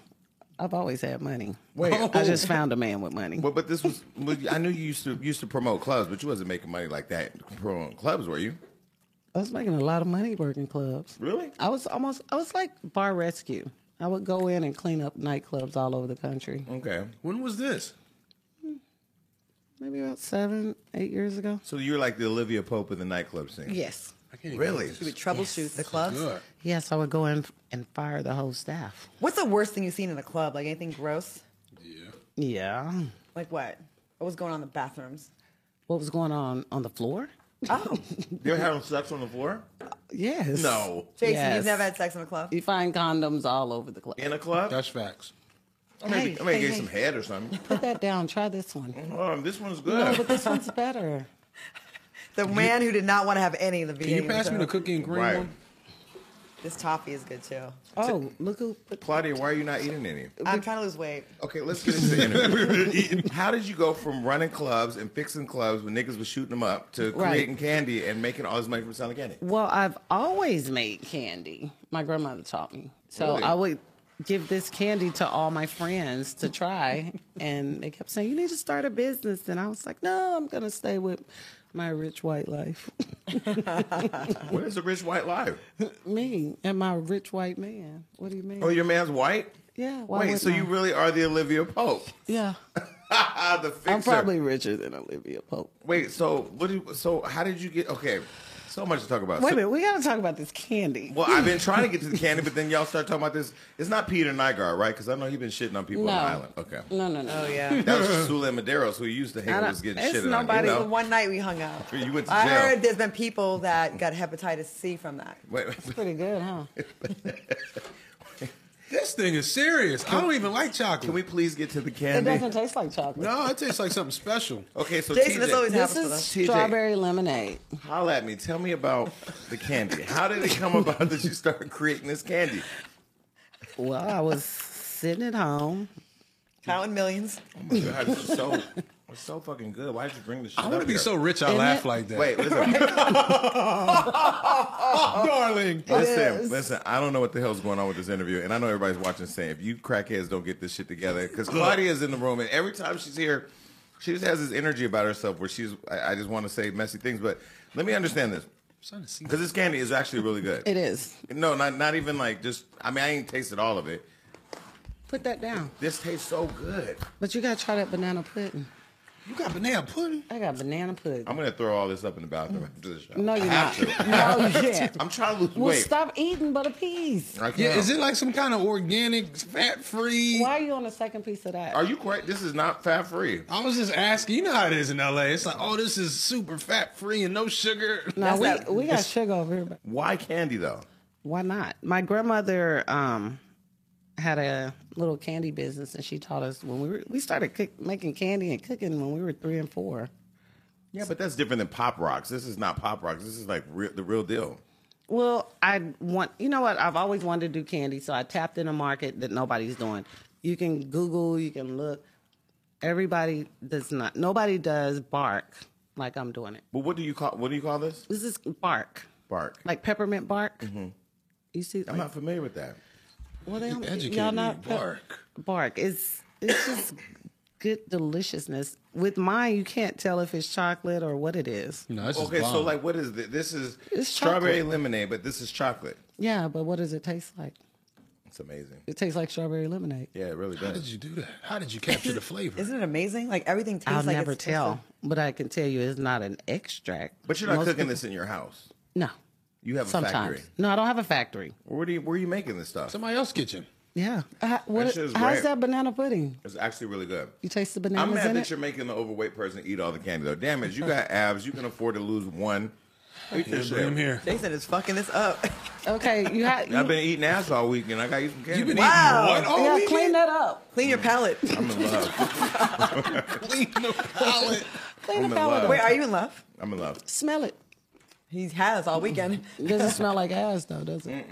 Speaker 1: I've always had money.
Speaker 8: Wait.
Speaker 1: I just found a man with money.
Speaker 8: Well, but this was. well, I knew you used to used to promote clubs, but you wasn't making money like that promoting clubs, were you?
Speaker 1: I was making a lot of money working clubs.
Speaker 8: Really?
Speaker 1: I was almost, I was like bar rescue. I would go in and clean up nightclubs all over the country.
Speaker 8: Okay.
Speaker 9: When was this?
Speaker 1: Maybe about seven, eight years ago.
Speaker 8: So you're like the Olivia Pope of the nightclub scene.
Speaker 1: Yes.
Speaker 9: I can't even-
Speaker 8: Really?
Speaker 7: You would troubleshoot the clubs.
Speaker 9: Good.
Speaker 1: Yes, I would go in and fire the whole staff.
Speaker 7: What's the worst thing you've seen in a club? Like anything gross?
Speaker 9: Yeah.
Speaker 1: Yeah.
Speaker 7: Like what? What was going on in the bathrooms?
Speaker 1: What was going on on the floor?
Speaker 7: Oh,
Speaker 8: You ever having sex on the floor?
Speaker 1: Yes.
Speaker 8: No.
Speaker 7: Jason,
Speaker 1: Yes.
Speaker 7: you've never had sex in a club?
Speaker 1: You find condoms all over the club.
Speaker 8: In a club?
Speaker 9: That's facts.
Speaker 8: I may,
Speaker 1: Hey,
Speaker 8: I may
Speaker 1: hey,
Speaker 8: get
Speaker 1: hey.
Speaker 8: some head or something.
Speaker 1: Put that down. Try this one.
Speaker 8: Um, this one's
Speaker 1: No,
Speaker 8: good.
Speaker 1: but this one's better.
Speaker 7: The man who did not want to have any of the
Speaker 9: Can
Speaker 7: beginning.
Speaker 9: you pass me the cookie and cream
Speaker 8: Right.
Speaker 9: one?
Speaker 7: This toffee is good too.
Speaker 1: Oh, look who put
Speaker 8: Claudia, why are you not eating any?
Speaker 7: I'm trying to lose weight.
Speaker 8: Okay, let's get into the interview. How did you go from running clubs and fixing clubs when niggas was shooting them up to
Speaker 1: Right.
Speaker 8: creating candy and making all this money from selling candy?
Speaker 1: Well, I've always made candy. My grandmother taught me. So
Speaker 8: Really?
Speaker 1: I would give this candy to all my friends to try. and they kept saying, You need to start a business. And I was like, No, I'm going to stay with my rich white life.
Speaker 8: What is a rich white life?
Speaker 1: me and my rich white man. What do you mean?
Speaker 8: Oh, your man's white?
Speaker 1: yeah. Why
Speaker 8: Wait,
Speaker 1: wouldn't
Speaker 8: so
Speaker 1: I?
Speaker 8: you really are the Olivia Pope?
Speaker 1: Yeah.
Speaker 8: the fixer.
Speaker 1: I'm probably richer than Olivia Pope.
Speaker 8: Wait, so what? Do you, so how did you get? Okay, so much to talk about.
Speaker 1: Wait a
Speaker 8: So-
Speaker 1: minute. We got to talk about this candy.
Speaker 8: Well, I've been trying to get to the candy, but then y'all start talking about this. It's not Peter Nygaard, right? Because I know he's been shitting on people
Speaker 1: no.
Speaker 8: on the island. Okay.
Speaker 1: No, no, no.
Speaker 7: Oh yeah.
Speaker 8: That was Sule Medeiros, who he used to hang
Speaker 1: I
Speaker 8: with,
Speaker 1: don't-
Speaker 8: was getting
Speaker 1: it's
Speaker 8: shitted
Speaker 1: nobody
Speaker 8: on.
Speaker 7: The
Speaker 8: You know?
Speaker 7: one night we hung out.
Speaker 8: You went to
Speaker 7: I
Speaker 8: jail.
Speaker 7: heard there's been people that got hepatitis C from that.
Speaker 8: Wait,
Speaker 1: Pretty good, huh?
Speaker 9: This thing is serious. I don't even like chocolate.
Speaker 8: can we please get to the
Speaker 1: It
Speaker 8: candy?
Speaker 1: doesn't taste like chocolate.
Speaker 9: No, it tastes like something special.
Speaker 8: Okay, so
Speaker 7: Jason,
Speaker 8: TJ,
Speaker 7: this always
Speaker 1: This
Speaker 7: happens
Speaker 1: is
Speaker 7: with us.
Speaker 8: TJ.
Speaker 1: strawberry lemonade.
Speaker 8: holla at me. Tell me about the candy. How did it come about that you started creating this candy?
Speaker 1: Well, I was sitting at home.
Speaker 7: Counting millions.
Speaker 8: Oh my god, this is so it's so fucking good. Why did you bring this? Shit
Speaker 9: I want
Speaker 8: up
Speaker 9: to be
Speaker 8: here?
Speaker 9: so rich I
Speaker 1: Isn't
Speaker 9: laugh
Speaker 1: it?
Speaker 9: like that.
Speaker 8: Wait, listen,
Speaker 9: darling.
Speaker 8: listen, listen. I don't know what the hell's going on with this interview, and I know everybody's watching. Saying if you crackheads don't get this shit together, because Claudia's in the room, and every time she's here, She just has this energy about herself where she's. I, I just want to say messy things, but let me understand this because this candy is actually really good.
Speaker 1: It is.
Speaker 8: No, not not even like just. I mean, I ain't tasted all of it.
Speaker 1: Put that down.
Speaker 8: This tastes so good.
Speaker 1: But you gotta try that banana pudding.
Speaker 9: You got banana pudding.
Speaker 1: I got banana pudding.
Speaker 8: I'm gonna throw all this up in the bathroom after the show.
Speaker 1: Mm. No, you're
Speaker 8: I
Speaker 1: not.
Speaker 8: have
Speaker 1: No,
Speaker 8: to.
Speaker 1: you can't.
Speaker 8: I'm trying to lose
Speaker 1: Well,
Speaker 8: weight.
Speaker 1: stop eating but a piece.
Speaker 8: I can't.
Speaker 9: Yeah, is it like some kind of organic, fat free?
Speaker 1: Why are you on the second piece of that?
Speaker 8: Are you correct? This is not fat free.
Speaker 9: I was just asking. You know how it is in LA. It's like, oh, this is super fat free and no sugar.
Speaker 1: no, we, we got sugar over here. But
Speaker 8: Why candy though?
Speaker 1: why not? My grandmother um, had a little candy business, and she taught us when we were, we started cook, making candy and cooking when we were three and four.
Speaker 8: Yeah, but that's different than pop rocks. This is not pop rocks. This is like real, the real deal.
Speaker 1: Well, I want you know what I've always wanted to do candy, so I tapped in a market that nobody's doing. You can Google, you can look. Everybody does not. Nobody does bark like I'm doing it.
Speaker 8: But what do you call what do you call this?
Speaker 1: This is bark,
Speaker 8: Bark.
Speaker 1: like peppermint bark. You see,
Speaker 8: Mm-hmm. I'm not e-, familiar with that.
Speaker 1: well, they don't,
Speaker 9: Educate
Speaker 1: y'all
Speaker 9: me,
Speaker 1: not pep-
Speaker 9: bark.
Speaker 1: bark. It's it's just good deliciousness. With mine, you can't tell if it's chocolate or what it is.
Speaker 9: No, that's
Speaker 8: Okay,
Speaker 9: just
Speaker 8: so like, what is this? This is
Speaker 1: It's
Speaker 8: strawberry
Speaker 1: chocolate.
Speaker 8: lemonade, but this is chocolate.
Speaker 1: Yeah, but what does it taste like?
Speaker 8: It's amazing.
Speaker 1: It tastes like strawberry lemonade.
Speaker 8: Yeah, it really
Speaker 9: how did
Speaker 8: does.
Speaker 9: you do that? How did you capture the flavor?
Speaker 7: Isn't it amazing? Like everything tastes
Speaker 1: I'll
Speaker 7: like
Speaker 1: never
Speaker 7: it's
Speaker 1: tell, but I can tell you it's not an extract.
Speaker 8: But you're not
Speaker 1: Most
Speaker 8: cooking
Speaker 1: people-
Speaker 8: this in your house.
Speaker 1: No.
Speaker 8: You have a
Speaker 1: Sometimes.
Speaker 8: factory.
Speaker 1: No, I don't have a factory.
Speaker 8: Where do you where are you making this stuff?
Speaker 9: Somebody else's kitchen.
Speaker 1: Yeah. Uh, what,
Speaker 8: That shit is
Speaker 1: how's
Speaker 8: great.
Speaker 1: that banana pudding?
Speaker 8: It's actually really good.
Speaker 1: You taste the
Speaker 8: I'm
Speaker 1: bananas
Speaker 8: mad
Speaker 1: in
Speaker 8: that
Speaker 1: it?
Speaker 8: you're making the overweight person eat all the candy though. Damn it, you got abs. You can afford to lose one. Eat this
Speaker 9: Bring 'em
Speaker 8: shit.
Speaker 9: here.
Speaker 7: Jason is fucking this up.
Speaker 1: Okay, you have.
Speaker 8: I've been eating ass all weekend. I got to eat some candy.
Speaker 9: You've been
Speaker 7: Wow.
Speaker 9: eating what all
Speaker 1: yeah,
Speaker 9: weekend?
Speaker 1: clean that up.
Speaker 7: Clean
Speaker 8: Mm.
Speaker 7: your palate.
Speaker 8: I'm in love.
Speaker 9: Clean the palate.
Speaker 1: Clean the
Speaker 8: I'm in
Speaker 1: palate
Speaker 8: love.
Speaker 1: up.
Speaker 7: Wait, are you in love?
Speaker 8: I'm in love.
Speaker 1: Smell it.
Speaker 7: He has all weekend.
Speaker 8: Mm.
Speaker 1: It doesn't smell like ass, though, does it?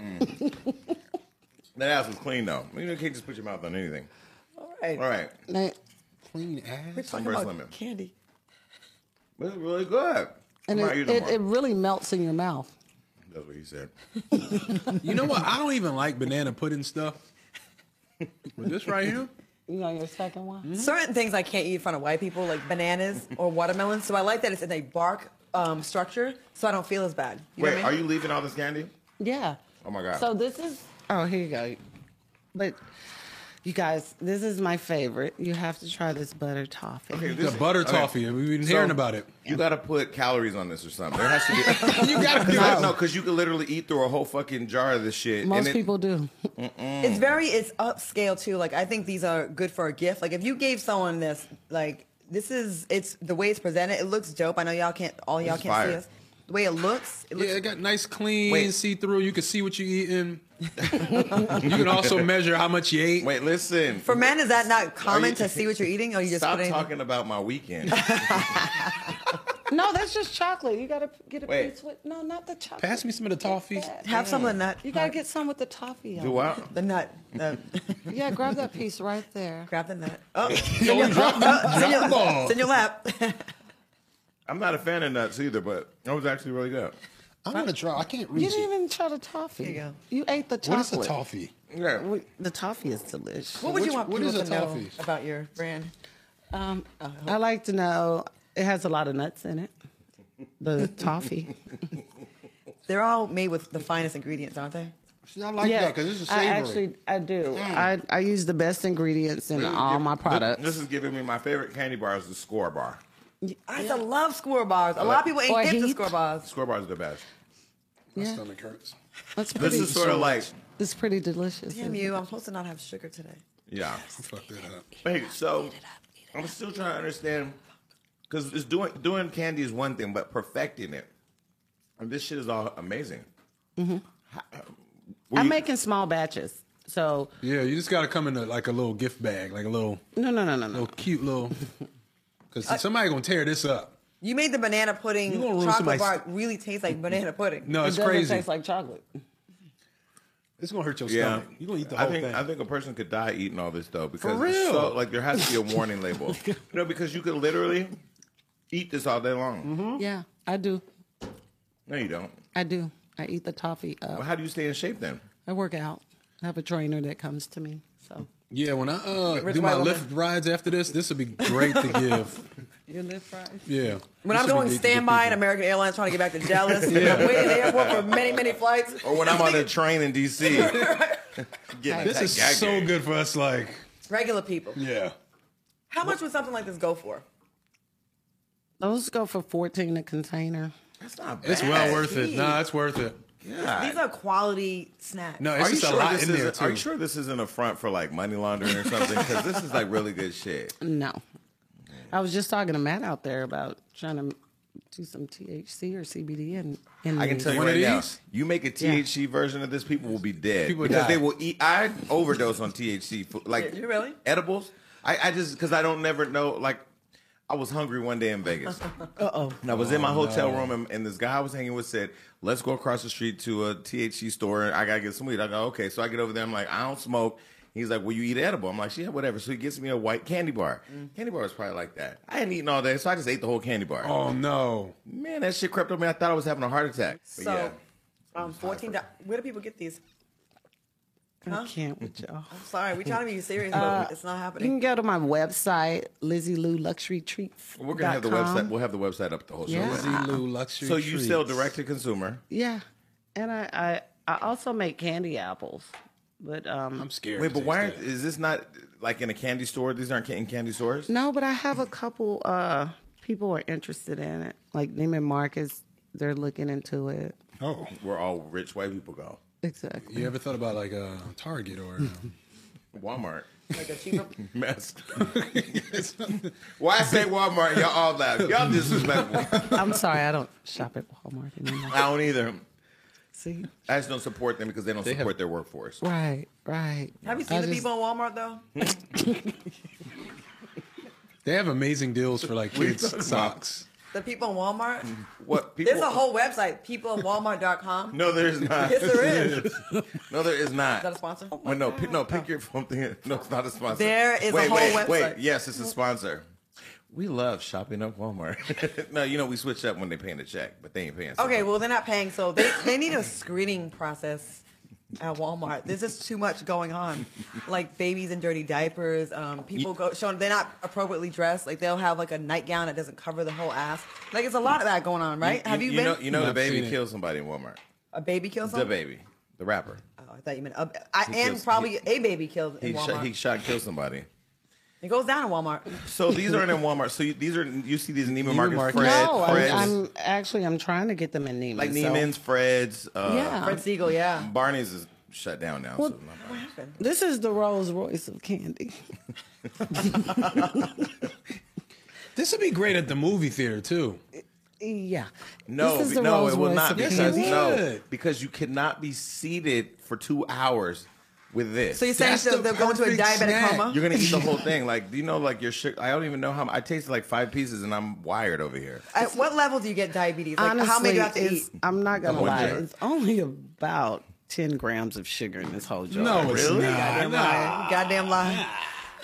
Speaker 8: That ass was clean though. You know, you can't just put your mouth on anything.
Speaker 7: All right.
Speaker 8: All right,
Speaker 1: Now,
Speaker 9: Clean ass.
Speaker 7: Talking
Speaker 8: Sunburst
Speaker 7: about
Speaker 8: lemon.
Speaker 7: candy.
Speaker 8: this is really good.
Speaker 1: And
Speaker 8: I'm
Speaker 1: it,
Speaker 8: not eating
Speaker 1: it,
Speaker 8: more.
Speaker 1: it really melts in your mouth.
Speaker 8: That's what he said.
Speaker 9: You know what? I don't even like banana pudding stuff. But this right here,
Speaker 1: You know, your second one?
Speaker 7: Certain things I can't eat in front of white people, like bananas or watermelons. So I like that it's in a bark um, structure, so I don't feel as bad. You know
Speaker 8: Wait,
Speaker 7: what I
Speaker 8: are
Speaker 7: mean?
Speaker 8: you leaving all this candy?
Speaker 1: Yeah.
Speaker 8: Oh, my God.
Speaker 1: So this is oh here you go, but you guys, this is my favorite. You have to try this butter toffee.
Speaker 8: Okay,
Speaker 9: the
Speaker 8: this-
Speaker 9: butter
Speaker 8: okay.
Speaker 9: toffee. We've been
Speaker 8: So,
Speaker 9: hearing about it.
Speaker 8: You gotta put calories on this or something. There has to be.
Speaker 9: You gotta do
Speaker 8: no,
Speaker 9: it.
Speaker 8: no, because you could literally eat through a whole fucking jar of this shit.
Speaker 1: Most
Speaker 8: and it-
Speaker 1: people do.
Speaker 8: mm.
Speaker 7: It's very, it's upscale too. Like I think these are good for a gift. Like if you gave someone this, like this is, it's the way it's presented. It looks dope. I know y'all can't, all y'all
Speaker 8: is
Speaker 7: can't
Speaker 8: fire.
Speaker 7: see us. The way it looks, it looks
Speaker 9: Yeah, it got nice, clean,
Speaker 8: Wait.
Speaker 9: see through. You can see what you're eating. you can also measure how much you ate.
Speaker 8: Wait, listen.
Speaker 7: For men, is that not common
Speaker 8: you-
Speaker 7: to see what you're eating, or you just
Speaker 8: Stop
Speaker 7: put it in-
Speaker 8: talking about my weekend.
Speaker 1: No, that's just chocolate. You gotta p- get a
Speaker 8: Wait.
Speaker 1: piece with no, not the chocolate.
Speaker 9: Pass me some of the toffee.
Speaker 1: That.
Speaker 7: Have some of the nut.
Speaker 1: You gotta get some with the toffee. on
Speaker 8: Do I?
Speaker 7: the nut. The,
Speaker 1: Yeah, grab that piece right there.
Speaker 7: grab the nut. Oh, it's
Speaker 9: Yo, drop,
Speaker 7: in
Speaker 9: drop
Speaker 7: your,
Speaker 9: the ball.
Speaker 7: it's in your lap.
Speaker 8: I'm not a fan of nuts either, but that was actually really good.
Speaker 9: I'm gonna try. I can't
Speaker 1: You
Speaker 9: reach
Speaker 1: didn't
Speaker 9: it.
Speaker 1: even try the toffee.
Speaker 7: you go.
Speaker 1: You ate the
Speaker 9: What is
Speaker 1: chocolate.
Speaker 9: a toffee?
Speaker 8: Yeah.
Speaker 1: Wait, The toffee is delicious.
Speaker 7: What would
Speaker 9: Which-
Speaker 7: you want
Speaker 9: what
Speaker 7: people
Speaker 9: is a
Speaker 7: to know
Speaker 9: toffee?
Speaker 7: about your brand?
Speaker 1: Um, I like to know. It has a lot of nuts in it. The toffee.
Speaker 7: They're all made with the finest ingredients, aren't they?
Speaker 9: See, I like that because this is savory.
Speaker 1: I actually I
Speaker 8: Mm.
Speaker 1: do. I, I use the best ingredients in all my products.
Speaker 8: This is giving me my favorite candy bar is the score bar.
Speaker 7: I used to love score bars. A lot of people ain't
Speaker 1: Or
Speaker 7: get to
Speaker 1: Heath.
Speaker 7: score bars.
Speaker 8: Score bars are the best.
Speaker 9: My
Speaker 1: yeah.
Speaker 9: stomach hurts.
Speaker 1: That's
Speaker 8: This
Speaker 1: pretty.
Speaker 8: is sort of like,
Speaker 1: it's pretty delicious.
Speaker 7: Damn
Speaker 1: isn't
Speaker 7: you!
Speaker 1: it?
Speaker 7: I'm supposed to not have sugar today.
Speaker 8: yeah.
Speaker 9: Fuck that up.
Speaker 8: Hey, so I'm still trying to understand because it's doing doing candy is one thing, but perfecting it, and this shit is all amazing. Mm-hmm.
Speaker 1: I'm making small batches. So
Speaker 9: Yeah, you just gotta come in a, like a little gift bag, like a little,
Speaker 1: no, no, no, no, no.
Speaker 9: little cute little. Because somebody gonna tear this up.
Speaker 7: You made the banana
Speaker 9: You gonna
Speaker 7: pudding
Speaker 9: ruin
Speaker 7: chocolate
Speaker 9: somebody's-
Speaker 7: bar really taste like banana pudding.
Speaker 9: No,
Speaker 1: it
Speaker 9: it's
Speaker 1: doesn't
Speaker 9: crazy.
Speaker 1: taste like chocolate.
Speaker 9: it's gonna hurt your
Speaker 8: Yeah,
Speaker 9: stomach. You gonna eat the
Speaker 8: I
Speaker 9: whole
Speaker 8: think
Speaker 9: thing.
Speaker 8: I think a person could die eating all this though because
Speaker 9: For
Speaker 8: it's
Speaker 9: real?
Speaker 8: so- like there has to be a warning label. You know, because you could literally eat this all day long.
Speaker 1: Yeah, I do.
Speaker 8: No, you don't.
Speaker 1: I do. I eat the toffee up.
Speaker 8: Well, how do you stay in shape then?
Speaker 1: I work out. I have a trainer that comes to me. So
Speaker 9: yeah, when I uh, do
Speaker 7: white
Speaker 9: my
Speaker 7: woman.
Speaker 9: lift rides after this, this would be great to give.
Speaker 1: You live fries?
Speaker 9: Yeah.
Speaker 7: When I'm going standby at American Airlines trying to get back to Dallas, I'm waiting in the airport for many, many flights.
Speaker 9: Oh.
Speaker 8: Or when I'm on a train in D.C. Getting
Speaker 9: This
Speaker 8: that
Speaker 9: is
Speaker 8: gag
Speaker 9: so
Speaker 8: game.
Speaker 9: good for us. Like,
Speaker 7: Regular people.
Speaker 9: yeah.
Speaker 7: How much would something like this go for?
Speaker 1: Those go for 14 a container.
Speaker 8: That's not bad.
Speaker 9: It's well worth it. Nah, it's worth it.
Speaker 7: These are quality snacks.
Speaker 9: No, it's
Speaker 8: Are you,
Speaker 9: just
Speaker 8: sure
Speaker 9: a lot
Speaker 8: this
Speaker 9: in there
Speaker 8: isn't,
Speaker 9: too.
Speaker 8: are you sure this isn't a front for like money laundering or something? Because this is like really good shit.
Speaker 1: No. I was just talking to Matt out there about trying to do some THC or CBD and in
Speaker 8: I can
Speaker 1: these.
Speaker 8: tell you
Speaker 9: One of
Speaker 8: right now,
Speaker 9: these?
Speaker 8: you make a THC version of this, people will be dead
Speaker 9: People
Speaker 8: because
Speaker 9: die.
Speaker 8: they will eat. I overdose on THC, food, like
Speaker 7: You really?
Speaker 8: edibles. I, I just because I don't never know. Like I was hungry one day in Vegas. Uh oh. And I was in my hotel room, and, and this guy I was hanging with said, "Let's go across the street to a THC store. and I gotta get some weed." I go, "Okay." So I get over there. I'm like, "I don't smoke." He's like, "Will you eat edible?" I'm like, "Yeah, whatever." So he gets me a white candy bar. Candy bar was probably like that. I hadn't eaten all day, so I just ate the whole candy bar.
Speaker 9: Oh no.
Speaker 8: Man, that shit crept on me. I thought I was having a heart attack. But
Speaker 7: So,
Speaker 8: yeah.
Speaker 7: um, fourteen. dollars. Where do people get these?
Speaker 1: I can't with y'all.
Speaker 7: I'm sorry, we're trying to be serious, but it's not
Speaker 1: Uh, You can
Speaker 7: happening.
Speaker 1: go to my website, Lizzie Lou Luxury Treats.
Speaker 8: We're gonna have the website. We'll have the website up the whole show.
Speaker 1: Yeah.
Speaker 9: Zulu luxury.
Speaker 8: So you
Speaker 9: treats.
Speaker 8: sell direct to consumer.
Speaker 1: Yeah. And I, I, I also make candy apples. But um
Speaker 9: I'm scared.
Speaker 8: Wait,
Speaker 9: to
Speaker 8: but
Speaker 9: taste
Speaker 8: why
Speaker 9: that.
Speaker 8: aren't, is this not like in a candy store? These aren't in candy stores.
Speaker 1: no, but I have a couple uh people are interested in it. Like Neiman Marcus, they're looking into it.
Speaker 9: Oh,
Speaker 8: Where all rich white people go.
Speaker 1: Exactly.
Speaker 9: you ever thought about like a Target or? uh,
Speaker 8: Walmart.
Speaker 7: Like a cheaper.
Speaker 8: Mess. Why I say Walmart? Y'all all laugh. Y'all disrespectful.
Speaker 1: I'm sorry, I don't shop at Walmart anymore.
Speaker 8: I don't either.
Speaker 1: See?
Speaker 8: I just don't support them because they don't support their workforce.
Speaker 1: Right, right.
Speaker 7: Have you seen
Speaker 1: I
Speaker 7: the
Speaker 1: just-
Speaker 7: people in Walmart though?
Speaker 9: they have amazing deals for like kids socks.
Speaker 7: The people in Walmart.
Speaker 8: What people?
Speaker 7: There's a whole website, peopleinwalmart.com.
Speaker 8: No, there's not.
Speaker 7: Yes, there is. Is
Speaker 8: No, there is not.
Speaker 7: that a sponsor?
Speaker 8: Well, no, pick, no, pick your phone thing. No, it's not a sponsor.
Speaker 7: Oh. There is a
Speaker 8: wait,
Speaker 7: whole
Speaker 8: wait,
Speaker 7: website. Mm-hmm.
Speaker 8: Wait, yes, it's a sponsor. We love shopping up Walmart. no, you know we switch up when they paying the check, but they ain't paying.
Speaker 7: Okay, well they're not paying, so they, they need a screening process at Walmart. There's just too much going on, like babies in dirty diapers. Um, people go showing they're not appropriately dressed. Like they'll have like a nightgown that doesn't cover the whole ass. Like it's a lot of that going on, right? have you,
Speaker 8: you
Speaker 7: been
Speaker 8: Know, you know,
Speaker 9: No,
Speaker 8: the
Speaker 9: I've
Speaker 8: baby
Speaker 9: seen it.
Speaker 8: killed somebody in Walmart.
Speaker 7: a baby killed
Speaker 8: The
Speaker 7: someone?
Speaker 8: baby, the rapper.
Speaker 7: Oh, I thought you meant a, I,
Speaker 8: He
Speaker 7: and
Speaker 8: kills-
Speaker 7: probably
Speaker 8: he-
Speaker 7: a baby killed in
Speaker 8: He
Speaker 7: Walmart.
Speaker 8: shot, he shot, and killed somebody.
Speaker 7: it goes down in Walmart.
Speaker 8: So these aren't in Walmart. So you, these are you see these Neiman Marcus,
Speaker 9: Marcus.
Speaker 8: Fred,
Speaker 1: No,
Speaker 8: Fred's,
Speaker 1: Oh, I'm, I'm actually I'm trying to get them in Neiman.
Speaker 8: like
Speaker 1: so-
Speaker 8: Neiman's, Fred's. Uh,
Speaker 1: Yeah.
Speaker 7: Fred Siegel, yeah.
Speaker 8: Barney's is shut down now. so not Barney's.
Speaker 1: This is the Rolls Royce of candy.
Speaker 9: This would be great at the movie theater too.
Speaker 1: Yeah.
Speaker 8: No,
Speaker 1: this is
Speaker 8: be-
Speaker 1: the
Speaker 8: no,
Speaker 1: Rolls
Speaker 8: it will
Speaker 1: Royce
Speaker 8: not
Speaker 1: of
Speaker 8: because
Speaker 9: Yes, it
Speaker 1: candy.
Speaker 8: no,
Speaker 9: would.
Speaker 8: because you cannot be seated for two hours with this.
Speaker 7: So you're saying
Speaker 9: That's
Speaker 7: so
Speaker 9: the
Speaker 7: they'll go into a
Speaker 9: perfect
Speaker 7: diabetic
Speaker 9: snack.
Speaker 7: coma?
Speaker 8: You're gonna eat the whole thing. Like, do you know, like your sugar? I don't even know how. I tasted like five pieces, and I'm wired over here.
Speaker 7: At what level do you get diabetes? Like
Speaker 1: Honestly,
Speaker 7: how many do you have to eat?
Speaker 1: it's- I'm not gonna
Speaker 8: One
Speaker 1: lie.
Speaker 8: jar.
Speaker 1: It's only about ten grams of sugar in this whole jar.
Speaker 9: No, it's not.
Speaker 7: Goddamn
Speaker 9: Nah.
Speaker 7: lie. Goddamn lie.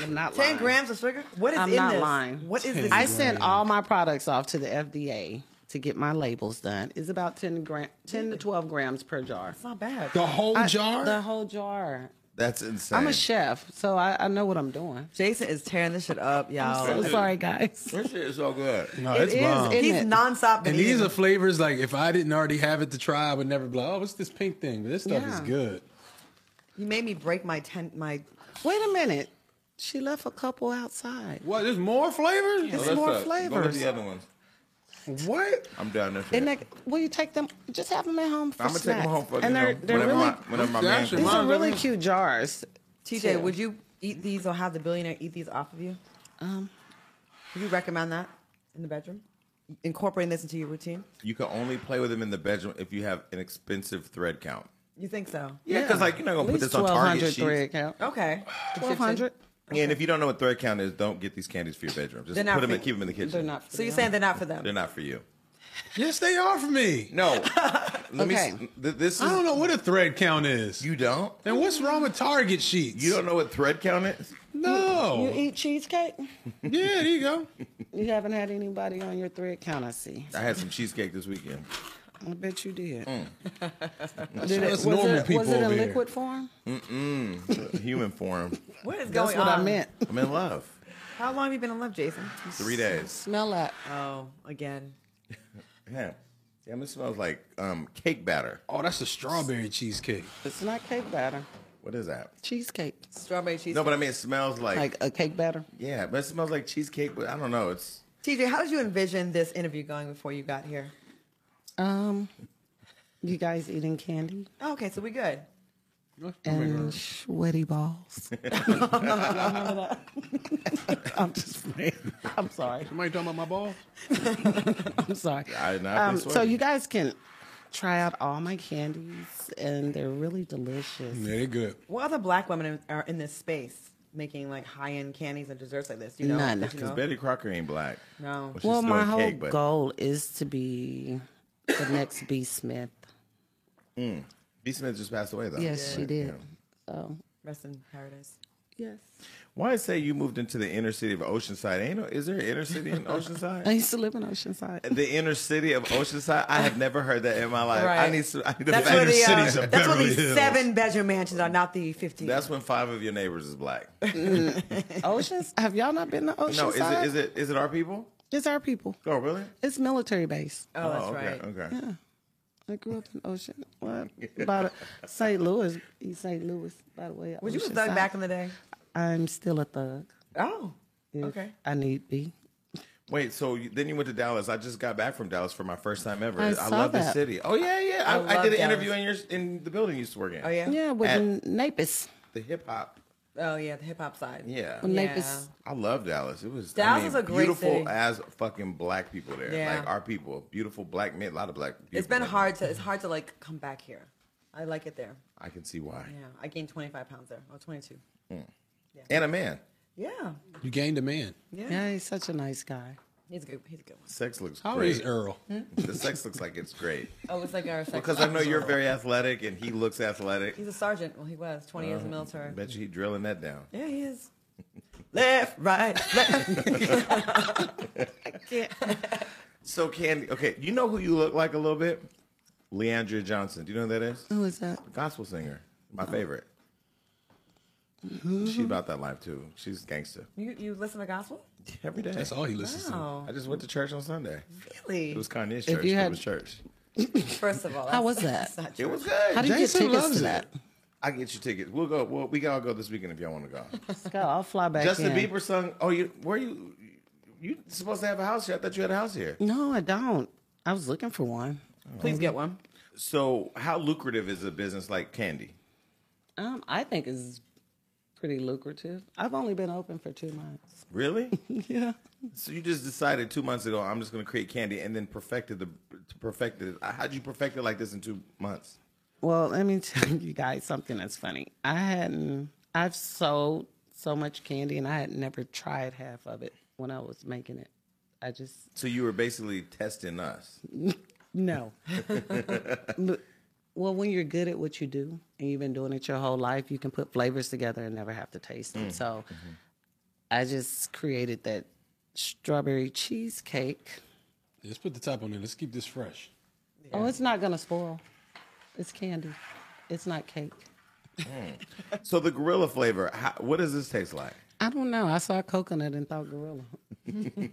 Speaker 1: I'm not
Speaker 7: 10
Speaker 1: lying.
Speaker 7: grams of sugar? What is
Speaker 1: I'm
Speaker 7: in
Speaker 1: not
Speaker 7: this?
Speaker 1: lying.
Speaker 7: What is this?
Speaker 1: I sent all my products off to the FDA to get my labels done. It's about ten gram, ten to twelve grams per jar.
Speaker 7: It's not bad.
Speaker 9: The whole
Speaker 1: I-
Speaker 9: jar.
Speaker 1: The whole jar.
Speaker 8: That's insane.
Speaker 1: I'm a chef, so I, I know what I'm doing.
Speaker 7: Jason is tearing this shit up,
Speaker 1: I'm
Speaker 8: Oh,
Speaker 7: y'all.
Speaker 1: so sorry, guys.
Speaker 8: This shit is so good.
Speaker 9: no,
Speaker 1: it
Speaker 9: it's
Speaker 1: is-
Speaker 9: bomb.
Speaker 1: it-
Speaker 7: He's
Speaker 1: Isn't
Speaker 7: nonstop.
Speaker 9: and
Speaker 7: eating.
Speaker 9: these are flavors like if I didn't already have it to try, I would never be like, oh, what's this pink thing? But this stuff is
Speaker 1: Yeah.
Speaker 9: good.
Speaker 7: you made me break my tent. My
Speaker 1: Wait a minute. She left a couple outside.
Speaker 9: What? There's more flavors?
Speaker 1: It's more flavors.
Speaker 8: the other ones.
Speaker 9: What?
Speaker 8: I'm down there.
Speaker 1: And they, will you take them? Just have them at home. For
Speaker 8: I'm gonna take them
Speaker 1: snacks.
Speaker 8: home for
Speaker 1: And
Speaker 8: you
Speaker 1: they're
Speaker 8: know,
Speaker 1: they're
Speaker 8: whenever
Speaker 1: really
Speaker 8: my, whenever my man
Speaker 9: That's
Speaker 8: comes.
Speaker 1: these are
Speaker 9: Mom,
Speaker 1: really
Speaker 9: go ahead.
Speaker 1: cute jars.
Speaker 7: TJ, would you eat these or have the billionaire eat these off of you?
Speaker 1: Um,
Speaker 7: Would you recommend that in the bedroom? Incorporating this into your routine?
Speaker 8: You can only play with them in the bedroom if you have an expensive thread count.
Speaker 7: You think so?
Speaker 8: Yeah, because like you're not gonna
Speaker 1: at
Speaker 8: put
Speaker 1: least
Speaker 8: this on Target
Speaker 1: 1,200
Speaker 8: sheets. Oh,
Speaker 1: thread count.
Speaker 7: Okay.
Speaker 1: Twelve hundred.
Speaker 8: And if you don't know what thread count is, don't get these candies for your bedroom. Just
Speaker 7: They're
Speaker 8: put
Speaker 7: not
Speaker 8: them
Speaker 7: for
Speaker 8: and
Speaker 7: you.
Speaker 8: keep them in the kitchen.
Speaker 1: They're not. for
Speaker 7: So you're
Speaker 1: them.
Speaker 7: saying they're not for them?
Speaker 8: They're not for you.
Speaker 9: Yes, they are for me.
Speaker 8: No. Let me. s-
Speaker 1: Okay.
Speaker 8: th- This is.
Speaker 9: I don't know what a thread count is.
Speaker 8: You don't.
Speaker 9: and what's wrong with Target sheets?
Speaker 8: You don't know what thread count is. Oh.
Speaker 1: you
Speaker 9: no.
Speaker 1: eat cheesecake?
Speaker 9: Yeah, there you go.
Speaker 1: You haven't had anybody on your thread count. I see.
Speaker 8: I had some cheesecake this weekend.
Speaker 1: I bet you did.
Speaker 8: Mm.
Speaker 9: So
Speaker 1: Did
Speaker 9: that's normal
Speaker 1: was it,
Speaker 9: people
Speaker 1: was it
Speaker 9: over
Speaker 1: in
Speaker 9: here.
Speaker 1: liquid form?
Speaker 8: Human form.
Speaker 7: What is
Speaker 1: That's
Speaker 7: going
Speaker 1: what
Speaker 7: on?
Speaker 1: I meant.
Speaker 8: I'm in love.
Speaker 10: How long have you been in love, Jason?
Speaker 8: Three days.
Speaker 1: Smell that.
Speaker 10: Oh, again.
Speaker 8: Yeah. Damn, it smells like um, cake batter.
Speaker 9: Oh, that's a strawberry cheesecake.
Speaker 1: It's not cake batter.
Speaker 8: What is that?
Speaker 1: Cheesecake.
Speaker 10: Strawberry cheese.
Speaker 8: No, but I mean, it smells like,
Speaker 1: Like a cake batter.
Speaker 8: yeah, but it smells like cheesecake. But I don't know. It's
Speaker 10: TJ, how did you envision this interview going before you got here?
Speaker 1: Um, you guys eating candy
Speaker 10: Oh, okay, so we good.
Speaker 1: and sweaty balls. I'm just playing. I'm sorry.
Speaker 9: Somebody talking about my ball?
Speaker 1: I'm sorry.
Speaker 8: I did not
Speaker 1: Um,
Speaker 8: think
Speaker 1: so
Speaker 8: so.
Speaker 1: you guys can try out all my candies, and they're really delicious.
Speaker 9: Yeah, they good.
Speaker 10: What other black women in- are in this space making like high end candies and desserts like this? Do you know?
Speaker 1: None.
Speaker 10: Did you
Speaker 8: because
Speaker 10: know?
Speaker 8: Betty Crocker ain't black.
Speaker 10: No.
Speaker 8: she's
Speaker 1: Well,
Speaker 8: still
Speaker 1: my
Speaker 8: in
Speaker 1: whole
Speaker 8: cake, but
Speaker 1: goal is to be the next B. Smith.
Speaker 8: B. Smith just passed away, though.
Speaker 1: Yes, she
Speaker 8: Right,
Speaker 1: did.
Speaker 8: Oh, yeah.
Speaker 1: So
Speaker 10: Rest in paradise.
Speaker 1: yes,
Speaker 8: Why say you moved into the inner city of Oceanside? Ain't no, is there an inner city in
Speaker 1: I
Speaker 8: Oceanside?
Speaker 1: used to live in Oceanside.
Speaker 8: the inner city of Oceanside? I have never heard that in my life. I
Speaker 10: Right.
Speaker 8: need to. I need to
Speaker 10: That's
Speaker 8: find-
Speaker 10: where the,
Speaker 9: cities
Speaker 10: uh,
Speaker 9: of
Speaker 10: that's where
Speaker 9: Beverly
Speaker 10: the
Speaker 9: Hills.
Speaker 10: seven bedroom mansions are, not the 15.
Speaker 8: That's when five of your neighbors is black.
Speaker 10: Mm.
Speaker 8: No,
Speaker 1: Oceans? Have y'all not been to
Speaker 8: is it
Speaker 1: Oceanside?
Speaker 8: is it is it our people?
Speaker 1: It's our people.
Speaker 8: Oh, really?
Speaker 1: It's military base.
Speaker 10: oh, that's
Speaker 8: oh, okay,
Speaker 10: right.
Speaker 8: okay.
Speaker 1: I grew up in Ocean. What about St. Louis? East St. Louis, by the way.
Speaker 10: Was you a thug back in the day?
Speaker 1: I'm still a thug.
Speaker 10: Oh,
Speaker 1: if
Speaker 10: okay.
Speaker 1: I need be.
Speaker 8: Wait, so you, then you went to Dallas. I just got back from Dallas for my first time ever.
Speaker 1: I
Speaker 8: I,
Speaker 1: saw
Speaker 8: love the
Speaker 1: that.
Speaker 8: city. Oh yeah, yeah.
Speaker 10: I
Speaker 8: I, I,
Speaker 10: love
Speaker 8: did an
Speaker 10: Dallas.
Speaker 8: interview in your in the building you used to work in.
Speaker 10: Oh, yeah?
Speaker 1: Yeah, with
Speaker 8: At-
Speaker 1: N- Naples.
Speaker 8: the hip hop.
Speaker 10: Oh, yeah, the hip hop side.
Speaker 8: Yeah.
Speaker 1: When
Speaker 10: Yeah.
Speaker 1: Naples.
Speaker 8: I love Dallas. It was I
Speaker 10: Dallas
Speaker 8: mean,
Speaker 10: is a great
Speaker 8: beautiful
Speaker 10: city.
Speaker 8: as fucking black people there.
Speaker 10: Yeah.
Speaker 8: Like our people, beautiful black men. A lot of black.
Speaker 10: It's
Speaker 8: beautiful
Speaker 10: been
Speaker 8: black
Speaker 10: hard to, it's hard to like come back here. I like it there.
Speaker 8: men. I can see why.
Speaker 10: Yeah, I gained 25 pounds there. Oh, 22.
Speaker 8: And a man.
Speaker 10: Yeah.
Speaker 9: You gained a man.
Speaker 10: Yeah.
Speaker 1: Yeah, he's such a nice guy.
Speaker 10: He's a good. He's a good one.
Speaker 8: Sex looks
Speaker 9: How old
Speaker 8: great.
Speaker 9: is Earl?
Speaker 8: the sex looks like it's great
Speaker 10: Oh, it's like our sex.
Speaker 8: because I know you're very athletic and he looks athletic.
Speaker 10: He's a sergeant. Well, he was 20 years in the
Speaker 8: I
Speaker 10: military.
Speaker 8: bet you he drilling that down.
Speaker 10: Yeah, he is. left, right, left.
Speaker 8: So Candy, okay, you know who you look like a little bit? Leandra Johnson. Do you know who that is?
Speaker 1: Who is that?
Speaker 8: Gospel singer, my
Speaker 1: Mm-hmm.
Speaker 8: favorite. She about that life too. She's gangster
Speaker 10: You, you listen to gospel?
Speaker 8: every day.
Speaker 9: That's all he listens
Speaker 10: Wow.
Speaker 8: I just went to church on Sunday.
Speaker 10: Really?
Speaker 8: It was Kanye's
Speaker 1: If
Speaker 8: church.
Speaker 1: you
Speaker 8: it
Speaker 1: had-
Speaker 8: was church.
Speaker 10: First of all,
Speaker 1: How
Speaker 10: that's-
Speaker 1: was that?
Speaker 10: that's not
Speaker 8: It
Speaker 10: true.
Speaker 8: was good.
Speaker 1: How do you
Speaker 9: Jason
Speaker 1: get tickets
Speaker 9: loves
Speaker 1: to
Speaker 9: it.
Speaker 1: that?
Speaker 8: I can get you tickets. We'll go. We'll, we can all go this weekend if y'all want to go.
Speaker 1: Let's go. I'll fly back
Speaker 8: Justin
Speaker 1: in.
Speaker 8: Bieber sung. Oh, you where you? You supposed to have a house here? I thought you had a house here.
Speaker 1: No, I don't. I was looking for one.
Speaker 10: Please
Speaker 1: Mm-hmm.
Speaker 10: get one.
Speaker 8: So, how lucrative is a business like Candy?
Speaker 1: Um, I think is pretty lucrative. I've only been open for two months.
Speaker 8: Really?
Speaker 1: Yeah.
Speaker 8: So you just decided two months ago, I'm just going to create candy, and then perfected the perfected. it. How'd you perfect it like this in two months?
Speaker 1: Well, let me tell you guys something that's funny. I hadn't, I've sold so much candy and I had never tried half of it when I was making it. I just,
Speaker 8: So you were basically testing us.
Speaker 1: no. But- well, when you're good at what you do and you've been doing it your whole life, you can put flavors together and never have to taste them. So I just created that strawberry cheesecake.
Speaker 9: Let's put the top on there. Let's keep this fresh.
Speaker 1: Oh, it's not going to spoil. It's candy, it's not cake.
Speaker 8: So the gorilla flavor. How, what does this taste like?
Speaker 1: I don't know. I saw coconut and thought gorilla.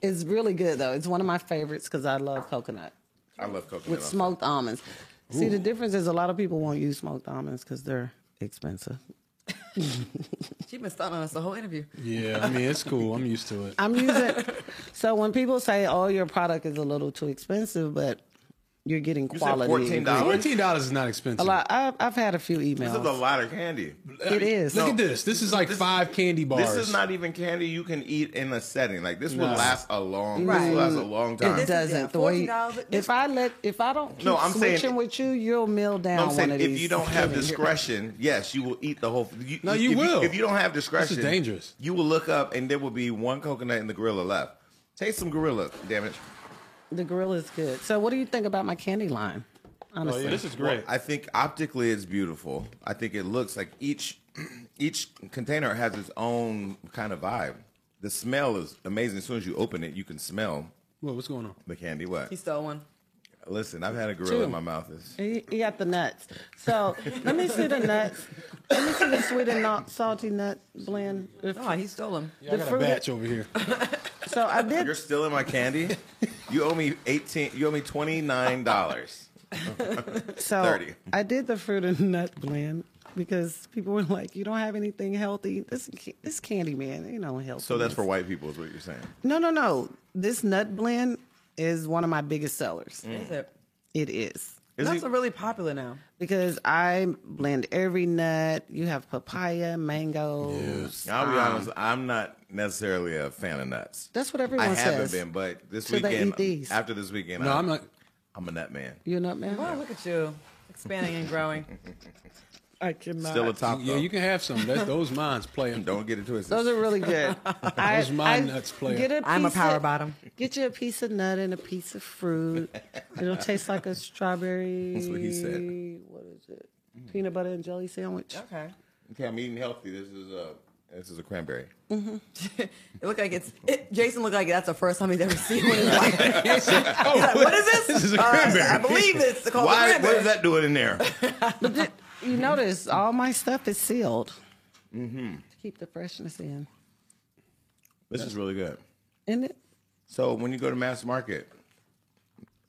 Speaker 1: it's really good though. It's one of my favorites because I love coconut
Speaker 8: I love coconut.
Speaker 1: with
Speaker 8: also.
Speaker 1: smoked almonds. See, the difference is a lot of people won't use smoked almonds because they're expensive.
Speaker 10: She's been stunning us the whole interview.
Speaker 9: Yeah, I mean it's cool. I'm used to it.
Speaker 1: I'm using. so when people say, "Oh, your product is a little too expensive," but you're getting
Speaker 8: You said
Speaker 1: quality.
Speaker 8: fourteen dollars.
Speaker 9: Fourteen dollars is not expensive.
Speaker 1: A lot. I've, I've had a few
Speaker 8: This is a
Speaker 1: emails.
Speaker 8: lot of candy.
Speaker 1: it is.
Speaker 9: Look at this. This is like five candy bars.
Speaker 8: This is not even candy you can eat in a setting. Like this will
Speaker 9: No.
Speaker 8: last a long. This
Speaker 10: Right.
Speaker 8: will last a long time.
Speaker 1: It doesn't.
Speaker 10: yeah,
Speaker 1: the way
Speaker 10: $14
Speaker 1: if I let if I don't keep
Speaker 8: No, I'm saying-
Speaker 1: switching with you, you'll mill down
Speaker 8: No, I'm
Speaker 1: one
Speaker 8: saying
Speaker 1: of
Speaker 8: if
Speaker 1: these.
Speaker 8: you don't have
Speaker 1: things.
Speaker 8: discretion, yes, you will eat the whole. You,
Speaker 9: No,
Speaker 8: if
Speaker 9: you will.
Speaker 8: If you don't have discretion,
Speaker 9: dangerous.
Speaker 8: You will look up and there will be one coconut in the gorilla left. Taste some gorilla, damn it.
Speaker 1: The gorilla is good. So, what do you think about my candy line?
Speaker 6: Oh,
Speaker 1: Honestly,
Speaker 6: yeah, this is great.
Speaker 8: I think optically it's beautiful. I think it looks like each each container has its own kind of vibe. The smell is amazing. As soon as you open it, you can smell
Speaker 9: Whoa, what's going on?
Speaker 8: the candy. What?
Speaker 10: He stole one.
Speaker 8: Listen, I've had a gorilla in my mouth. It's-
Speaker 1: You you got the nuts. So let me see the nuts. Let me see the sweet and not salty nut blend. If-
Speaker 10: Oh, he stole them.
Speaker 9: I got a batch over here.
Speaker 1: So I did.
Speaker 8: You're still in my candy. You owe me eighteen. You owe me twenty nine dollars.
Speaker 1: So
Speaker 8: 30.
Speaker 1: I did the fruit and nut blend because people were like, "You don't have anything healthy. This this candy man, you know, healthy."
Speaker 8: So that's for white people, is what you're saying.
Speaker 1: no, no, no. This nut blend is one of my biggest sellers.
Speaker 8: Mm.
Speaker 10: Is it?
Speaker 1: It is.
Speaker 8: Is
Speaker 10: Nuts
Speaker 8: it-
Speaker 10: are really popular now.
Speaker 1: Because I blend every nut. You have papaya, mangoes.
Speaker 8: I'll be honest. I'm not necessarily a fan of nuts.
Speaker 1: That's what everyone
Speaker 8: I haven't
Speaker 1: says.
Speaker 8: been, but this
Speaker 1: So they
Speaker 8: weekend,
Speaker 1: eat these.
Speaker 8: after this weekend,
Speaker 9: No,
Speaker 8: I'm,
Speaker 9: I'm not.
Speaker 8: I'm a nut man.
Speaker 1: You a nut man?
Speaker 10: Oh, look at you. Expanding and growing.
Speaker 1: I cannot.
Speaker 8: Still a top.
Speaker 9: Yeah,
Speaker 8: though.
Speaker 9: you can have some. That, those mines play.
Speaker 8: Don't get it twisted.
Speaker 1: Those are really good. I,
Speaker 9: Those my nuts, player.
Speaker 1: Get a
Speaker 10: I'm a
Speaker 1: piece
Speaker 10: power
Speaker 1: of-
Speaker 10: bottom.
Speaker 1: Get you a piece of nut and a piece of fruit. It'll taste like a strawberry.
Speaker 8: That's what he said.
Speaker 1: What is it? Peanut butter and jelly sandwich.
Speaker 10: Okay.
Speaker 8: okay, I'm eating healthy. This is a this is a cranberry.
Speaker 7: It looked like it's. It, Jason looked like that's the first time he's ever seen one in his life. He's like, what is this?
Speaker 9: This is a
Speaker 7: Uh,
Speaker 9: cranberry.
Speaker 7: I believe it's called a
Speaker 8: Oh, Why? What
Speaker 7: cranberry.
Speaker 8: is that doing in there?
Speaker 1: But did, you notice all my stuff is sealed mm-hmm. to keep the freshness in,
Speaker 8: this is really good.
Speaker 1: isn't it?
Speaker 8: So when you go to mass market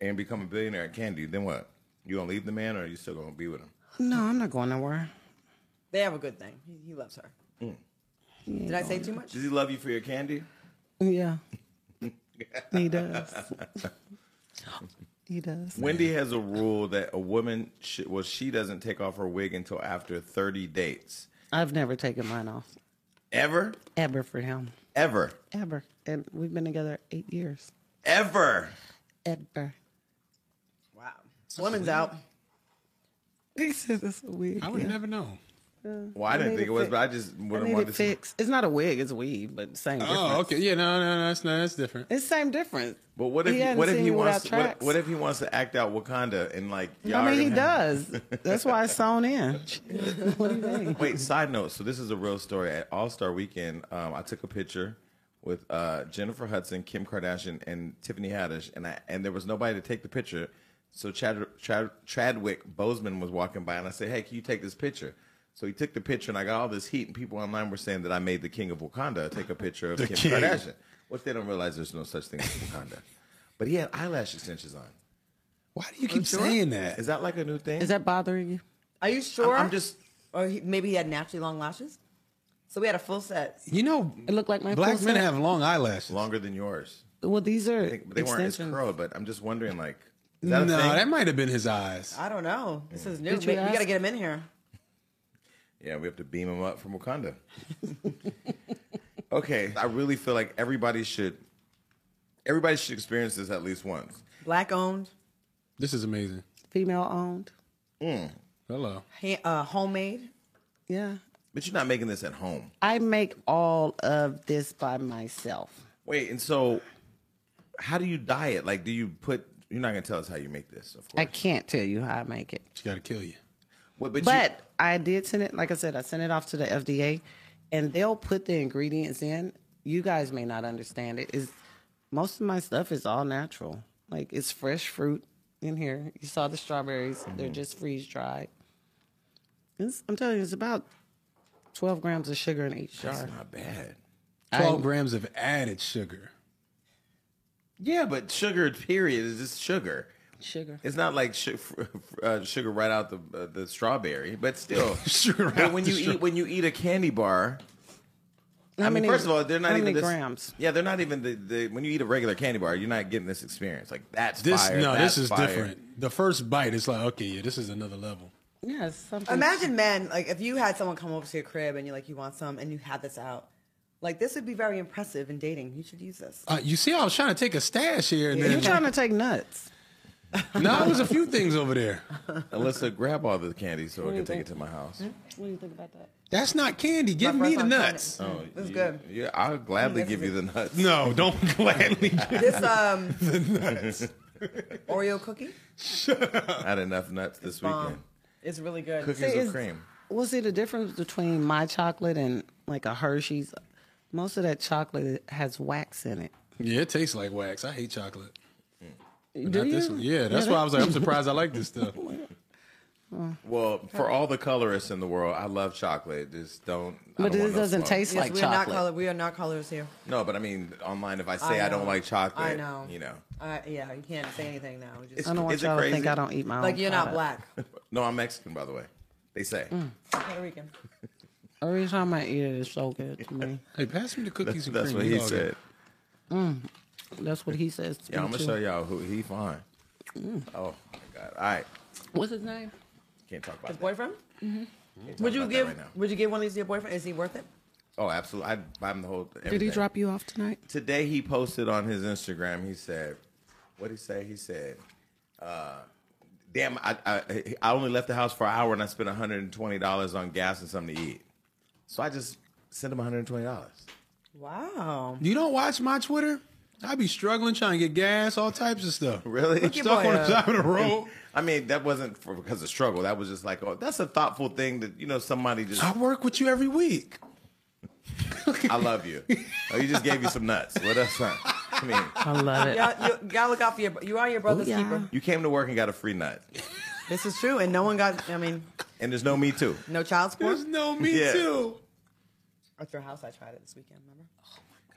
Speaker 8: and become a billionaire at candy, then what? You gonna leave the man, or are you still gonna be with him?
Speaker 1: No, I'm not going nowhere.
Speaker 10: They have a good thing. He, he loves her.
Speaker 8: Mm.
Speaker 10: Did I say too much?
Speaker 8: Does he love you for your candy?
Speaker 1: Yeah, he does. he does.
Speaker 8: Wendy has a rule that a woman, sh- well, she doesn't take off her wig until after 30 dates.
Speaker 1: I've never taken mine off
Speaker 8: Ever?
Speaker 1: ever for him.
Speaker 8: Ever?
Speaker 1: Ever. And we've been together eight years.
Speaker 8: Ever?
Speaker 1: Ever.
Speaker 10: Wow. Women's out.
Speaker 1: He said it's a wig.
Speaker 9: I would never know.
Speaker 8: Well, I didn't
Speaker 1: need
Speaker 8: think
Speaker 1: it
Speaker 8: it was,
Speaker 1: fi-
Speaker 8: but I just
Speaker 1: I
Speaker 8: wouldn't
Speaker 1: need
Speaker 8: want
Speaker 1: it
Speaker 8: to
Speaker 1: fixed. It's not a wig, it's a weave, but same difference.
Speaker 9: Oh, okay. Yeah, no, no, no. That's no, that's different.
Speaker 1: It's same difference.
Speaker 8: But what if
Speaker 1: He
Speaker 8: he,
Speaker 1: hadn't
Speaker 8: what if
Speaker 1: seen
Speaker 8: he
Speaker 1: without
Speaker 8: wants what,
Speaker 1: tracks.
Speaker 8: what if he wants to act out Wakanda and like y'all
Speaker 1: I
Speaker 8: are
Speaker 1: mean, he
Speaker 8: gonna-
Speaker 1: does. That's why it's sewn in. what do you think?
Speaker 8: Wait, side note. So this is a real story. At All Star Weekend, um, I took a picture with uh, Jennifer Hudson, Kim Kardashian, and Tiffany Haddish, and I and there was nobody to take the picture. So Chad, Chad, Chadwick Boseman was walking by, and I said, "Hey, can you take this picture?" So he took the picture, and I got all this heat, and people online were saying that I made the King of Wakanda take a picture of Kim
Speaker 9: king.
Speaker 8: Kardashian, which they don't realize there's no such thing as Wakanda. But he had eyelash extensions on.
Speaker 9: Why do you keep saying that?
Speaker 8: Is that like a new thing?
Speaker 1: Is that bothering you?
Speaker 10: Are you sure?
Speaker 8: I'm just
Speaker 10: Or he, maybe he had naturally long lashes. So we had a full set.
Speaker 9: You know,
Speaker 1: It looked like my
Speaker 9: black
Speaker 1: full
Speaker 9: men
Speaker 1: set.
Speaker 9: have long eyelashes.
Speaker 8: longer than yours.
Speaker 1: Well, these are
Speaker 8: think- but they weren't as
Speaker 1: extensions.
Speaker 8: curled. But I'm just wondering, like, is that
Speaker 9: No,
Speaker 8: a thing?
Speaker 9: that might have been his eyes.
Speaker 10: I don't know. This is new.
Speaker 1: Did you
Speaker 10: Maybe- we got to
Speaker 1: ask?
Speaker 10: get him in here.
Speaker 8: yeah, we have to beam him up from Wakanda. okay, I really feel like everybody should, everybody should experience this at least once.
Speaker 10: Black owned,
Speaker 9: This is amazing.
Speaker 1: Female owned.
Speaker 9: Hello.
Speaker 10: ha- uh, homemade.
Speaker 1: Yeah.
Speaker 8: But you're not making this at home.
Speaker 1: I make all of this by myself.
Speaker 8: Wait, and so, how do you diet? Like, do you put? You're not gonna tell us how you make this, of
Speaker 1: I
Speaker 8: course.
Speaker 1: can't tell you how I make it.
Speaker 9: She got to kill you.
Speaker 8: What- but you-
Speaker 1: But I did send it, like I said, I sent it off to the FDA and they'll put the ingredients in. You guys may not understand it. Is most of my stuff is all natural. Like it's fresh fruit in here. You saw the strawberries, they're just freeze dried. It's- I'm telling you, it's about 12 grams of sugar in each jar.
Speaker 8: that's not bad.
Speaker 9: 12 grams of added sugar.
Speaker 8: Yeah, but sugar, period, is just sugar.
Speaker 1: Sugar.
Speaker 8: It's not like su- uh, sugar right out the uh, the strawberry, but still.
Speaker 9: Sugar
Speaker 8: But
Speaker 9: out
Speaker 8: when
Speaker 9: the
Speaker 8: you
Speaker 9: straw-
Speaker 8: eat when you eat a candy bar,
Speaker 1: How
Speaker 8: I mean,
Speaker 1: many-
Speaker 8: first of all, they're not
Speaker 1: how
Speaker 8: even
Speaker 1: many
Speaker 8: this,
Speaker 1: grams.
Speaker 8: Yeah, they're not even the, the when you eat a regular candy bar, you're not getting this experience. Like that's
Speaker 9: This
Speaker 8: fire,
Speaker 9: no,
Speaker 8: that's
Speaker 9: this is
Speaker 8: fire.
Speaker 9: different. The first bite, it's like okay, yeah, this is another level.
Speaker 1: Yeah, it's something.
Speaker 10: Imagine, men, like if you had someone come over to your crib and you're like, you want some, and you had this out. Like this would be very impressive in dating. You should use this.
Speaker 9: Uh, you see, I was trying to take a stash here, and
Speaker 1: You're
Speaker 9: then
Speaker 1: trying to take nuts.
Speaker 9: no, there was a few things over there.
Speaker 8: Alyssa, grab all the candy so I can take it to my house.
Speaker 1: What do you think about that?
Speaker 9: That's not candy. Give me the nuts.
Speaker 8: Oh,
Speaker 10: This is
Speaker 8: you-
Speaker 10: good.
Speaker 8: Yeah, I'll gladly
Speaker 10: this
Speaker 8: give
Speaker 10: is
Speaker 8: you the nuts.
Speaker 9: No, don't gladly.
Speaker 10: This um Oreo cookie
Speaker 8: I had enough nuts this weekend.
Speaker 10: is really good.
Speaker 8: Cookies
Speaker 1: See,
Speaker 8: with
Speaker 1: is-
Speaker 8: cream.
Speaker 1: Well, see, the difference between my chocolate and like a Hershey's, most of that chocolate has wax in it.
Speaker 9: yeah, it tastes like wax. I hate chocolate. But not
Speaker 1: Do
Speaker 9: this
Speaker 1: you?
Speaker 9: one. Yeah, that's why I was like, I'm surprised I like this stuff.
Speaker 8: Well, for all the colorists in the world, I love chocolate. Just don't. I
Speaker 1: But
Speaker 8: don't
Speaker 1: this
Speaker 8: want no
Speaker 1: doesn't
Speaker 8: smoke.
Speaker 1: taste like
Speaker 10: we are not
Speaker 1: chocolate.
Speaker 10: color. We are not colors here.
Speaker 8: No, but I mean, online, if I say I, don't
Speaker 10: know.
Speaker 8: like chocolate,
Speaker 10: I know.
Speaker 8: You know,
Speaker 10: Uh, yeah, you can't say anything now. Just,
Speaker 1: I don't want
Speaker 8: Is it
Speaker 1: y'all to think
Speaker 8: crazy?
Speaker 1: I don't eat my own.
Speaker 10: like you're not
Speaker 1: product.
Speaker 10: black.
Speaker 8: no, I'm Mexican, by the way. They say.
Speaker 10: Puerto Rican.
Speaker 1: Every time I eat it, it's so good to me.
Speaker 9: Hey, pass me the
Speaker 8: That's,
Speaker 9: cookies and
Speaker 8: that's
Speaker 9: cream. Oh,
Speaker 8: what he
Speaker 9: dog.
Speaker 8: said.
Speaker 1: That's what he says. To
Speaker 8: Yeah,
Speaker 1: me
Speaker 8: I'm gonna
Speaker 1: too.
Speaker 8: show y'all who he fine. Oh my god! All right,
Speaker 1: What's his name?
Speaker 8: can't talk about
Speaker 10: His
Speaker 8: that.
Speaker 10: boyfriend?
Speaker 8: Can't talk
Speaker 10: Would you
Speaker 8: about that
Speaker 10: give?
Speaker 8: right now.
Speaker 10: would you give one of these to your boyfriend? Is he worth it?
Speaker 8: Oh, absolutely. I'd buy him the whole. Everything.
Speaker 1: Did he drop you off tonight?
Speaker 8: Today he posted on his Instagram. He said, "What he say?" He said, uh, "Damn, I, I I only left the house for an hour and I spent 120 dollars on gas and something to eat. So I just sent him 120 dollars."
Speaker 10: Wow.
Speaker 9: You don't watch my Twitter? I be struggling trying to get gas, all types of stuff.
Speaker 8: Really?
Speaker 10: your
Speaker 9: Stuff
Speaker 10: boy
Speaker 9: on the
Speaker 10: up.
Speaker 9: side of the road.
Speaker 8: I mean, that wasn't for, because of struggle. That was just like, oh, that's a thoughtful thing that you know somebody just.
Speaker 9: I work with you every week.
Speaker 8: I love you. Oh, you just gave you some nuts. What else? huh? I mean,
Speaker 1: I love it.
Speaker 10: Y'all, you, y'all look out for your. You are
Speaker 8: Oh,
Speaker 10: your brother's
Speaker 1: Booyah.
Speaker 10: keeper.
Speaker 8: you came to work and got a free nut,
Speaker 10: This is true, and no one got. I mean,
Speaker 8: and there's no me too.
Speaker 10: no child support.
Speaker 9: There's no me
Speaker 8: Yeah.
Speaker 9: too.
Speaker 10: At your house, I tried it this weekend. Remember?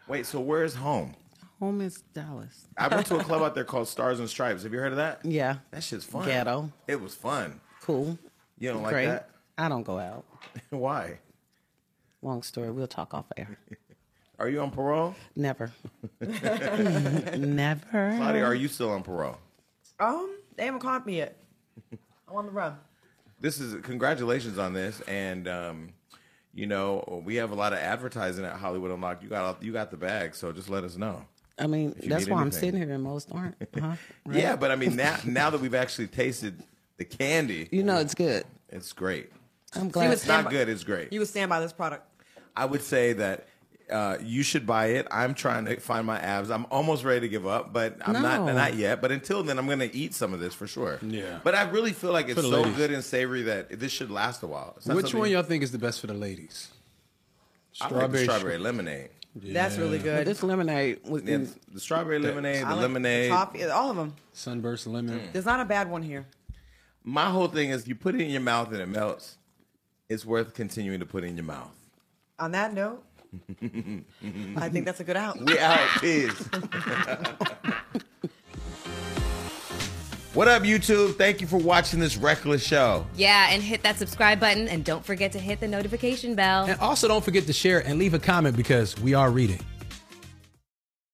Speaker 8: Wait, so where's home?
Speaker 1: Home is Dallas.
Speaker 8: I went to a club out there called Stars and Stripes. Have you heard of that?
Speaker 1: Yeah.
Speaker 8: That shit's fun.
Speaker 1: Ghetto.
Speaker 8: It was fun.
Speaker 1: Cool.
Speaker 8: You don't like
Speaker 1: Great.
Speaker 8: that?
Speaker 1: I don't go out.
Speaker 8: Why?
Speaker 1: Long story. We'll talk off air.
Speaker 8: Are you on parole?
Speaker 1: Never. Never.
Speaker 8: Claudia, are you still on parole?
Speaker 10: Um, they haven't caught me yet. I'm on the run.
Speaker 8: This is congratulations on this, and um, you know we have a lot of advertising at Hollywood Unlocked. You got you got the bag, so just let us know.
Speaker 1: I mean,
Speaker 8: you
Speaker 1: that's
Speaker 8: need
Speaker 1: why I'm
Speaker 8: anything.
Speaker 1: sitting here and most aren't. Huh? Uh-huh. Right?
Speaker 8: Yeah, but I mean now now that we've actually tasted the candy,
Speaker 1: You know it's good.
Speaker 8: it's great.
Speaker 1: I'm glad.
Speaker 10: was-
Speaker 8: It's not good. It's great.
Speaker 10: You would stand by this product.
Speaker 8: I would say that uh, you should buy it. I'm trying to find my abs. I'm almost ready to give up, but I'm
Speaker 1: No.
Speaker 8: not not yet. But until then, I'm going to eat some of this for sure.
Speaker 9: Yeah.
Speaker 8: But I really feel like it's
Speaker 9: For the
Speaker 8: so
Speaker 9: ladies.
Speaker 8: good and savory that this should last a while. It's not
Speaker 9: Which
Speaker 8: something-
Speaker 9: one y'all think is the best for the ladies?
Speaker 8: I like the strawberry lemonade.
Speaker 10: That's really
Speaker 1: But
Speaker 10: good.
Speaker 1: this lemonade was
Speaker 8: Yeah, the strawberry lemonade, the
Speaker 10: I like
Speaker 8: lemonade.
Speaker 10: toffee, all of them.
Speaker 9: Sunburst lemon.
Speaker 10: There's not a bad one here.
Speaker 8: My whole thing is you put it in your mouth and it melts. It's worth continuing to put it in your mouth.
Speaker 10: On that note, I think that's a good out.
Speaker 8: We out. Peace. what up, YouTube? Thank you for watching this reckless show.
Speaker 5: Yeah, and hit that subscribe button and don't forget to hit the notification bell.
Speaker 11: And also don't forget to share and leave a comment because we are reading.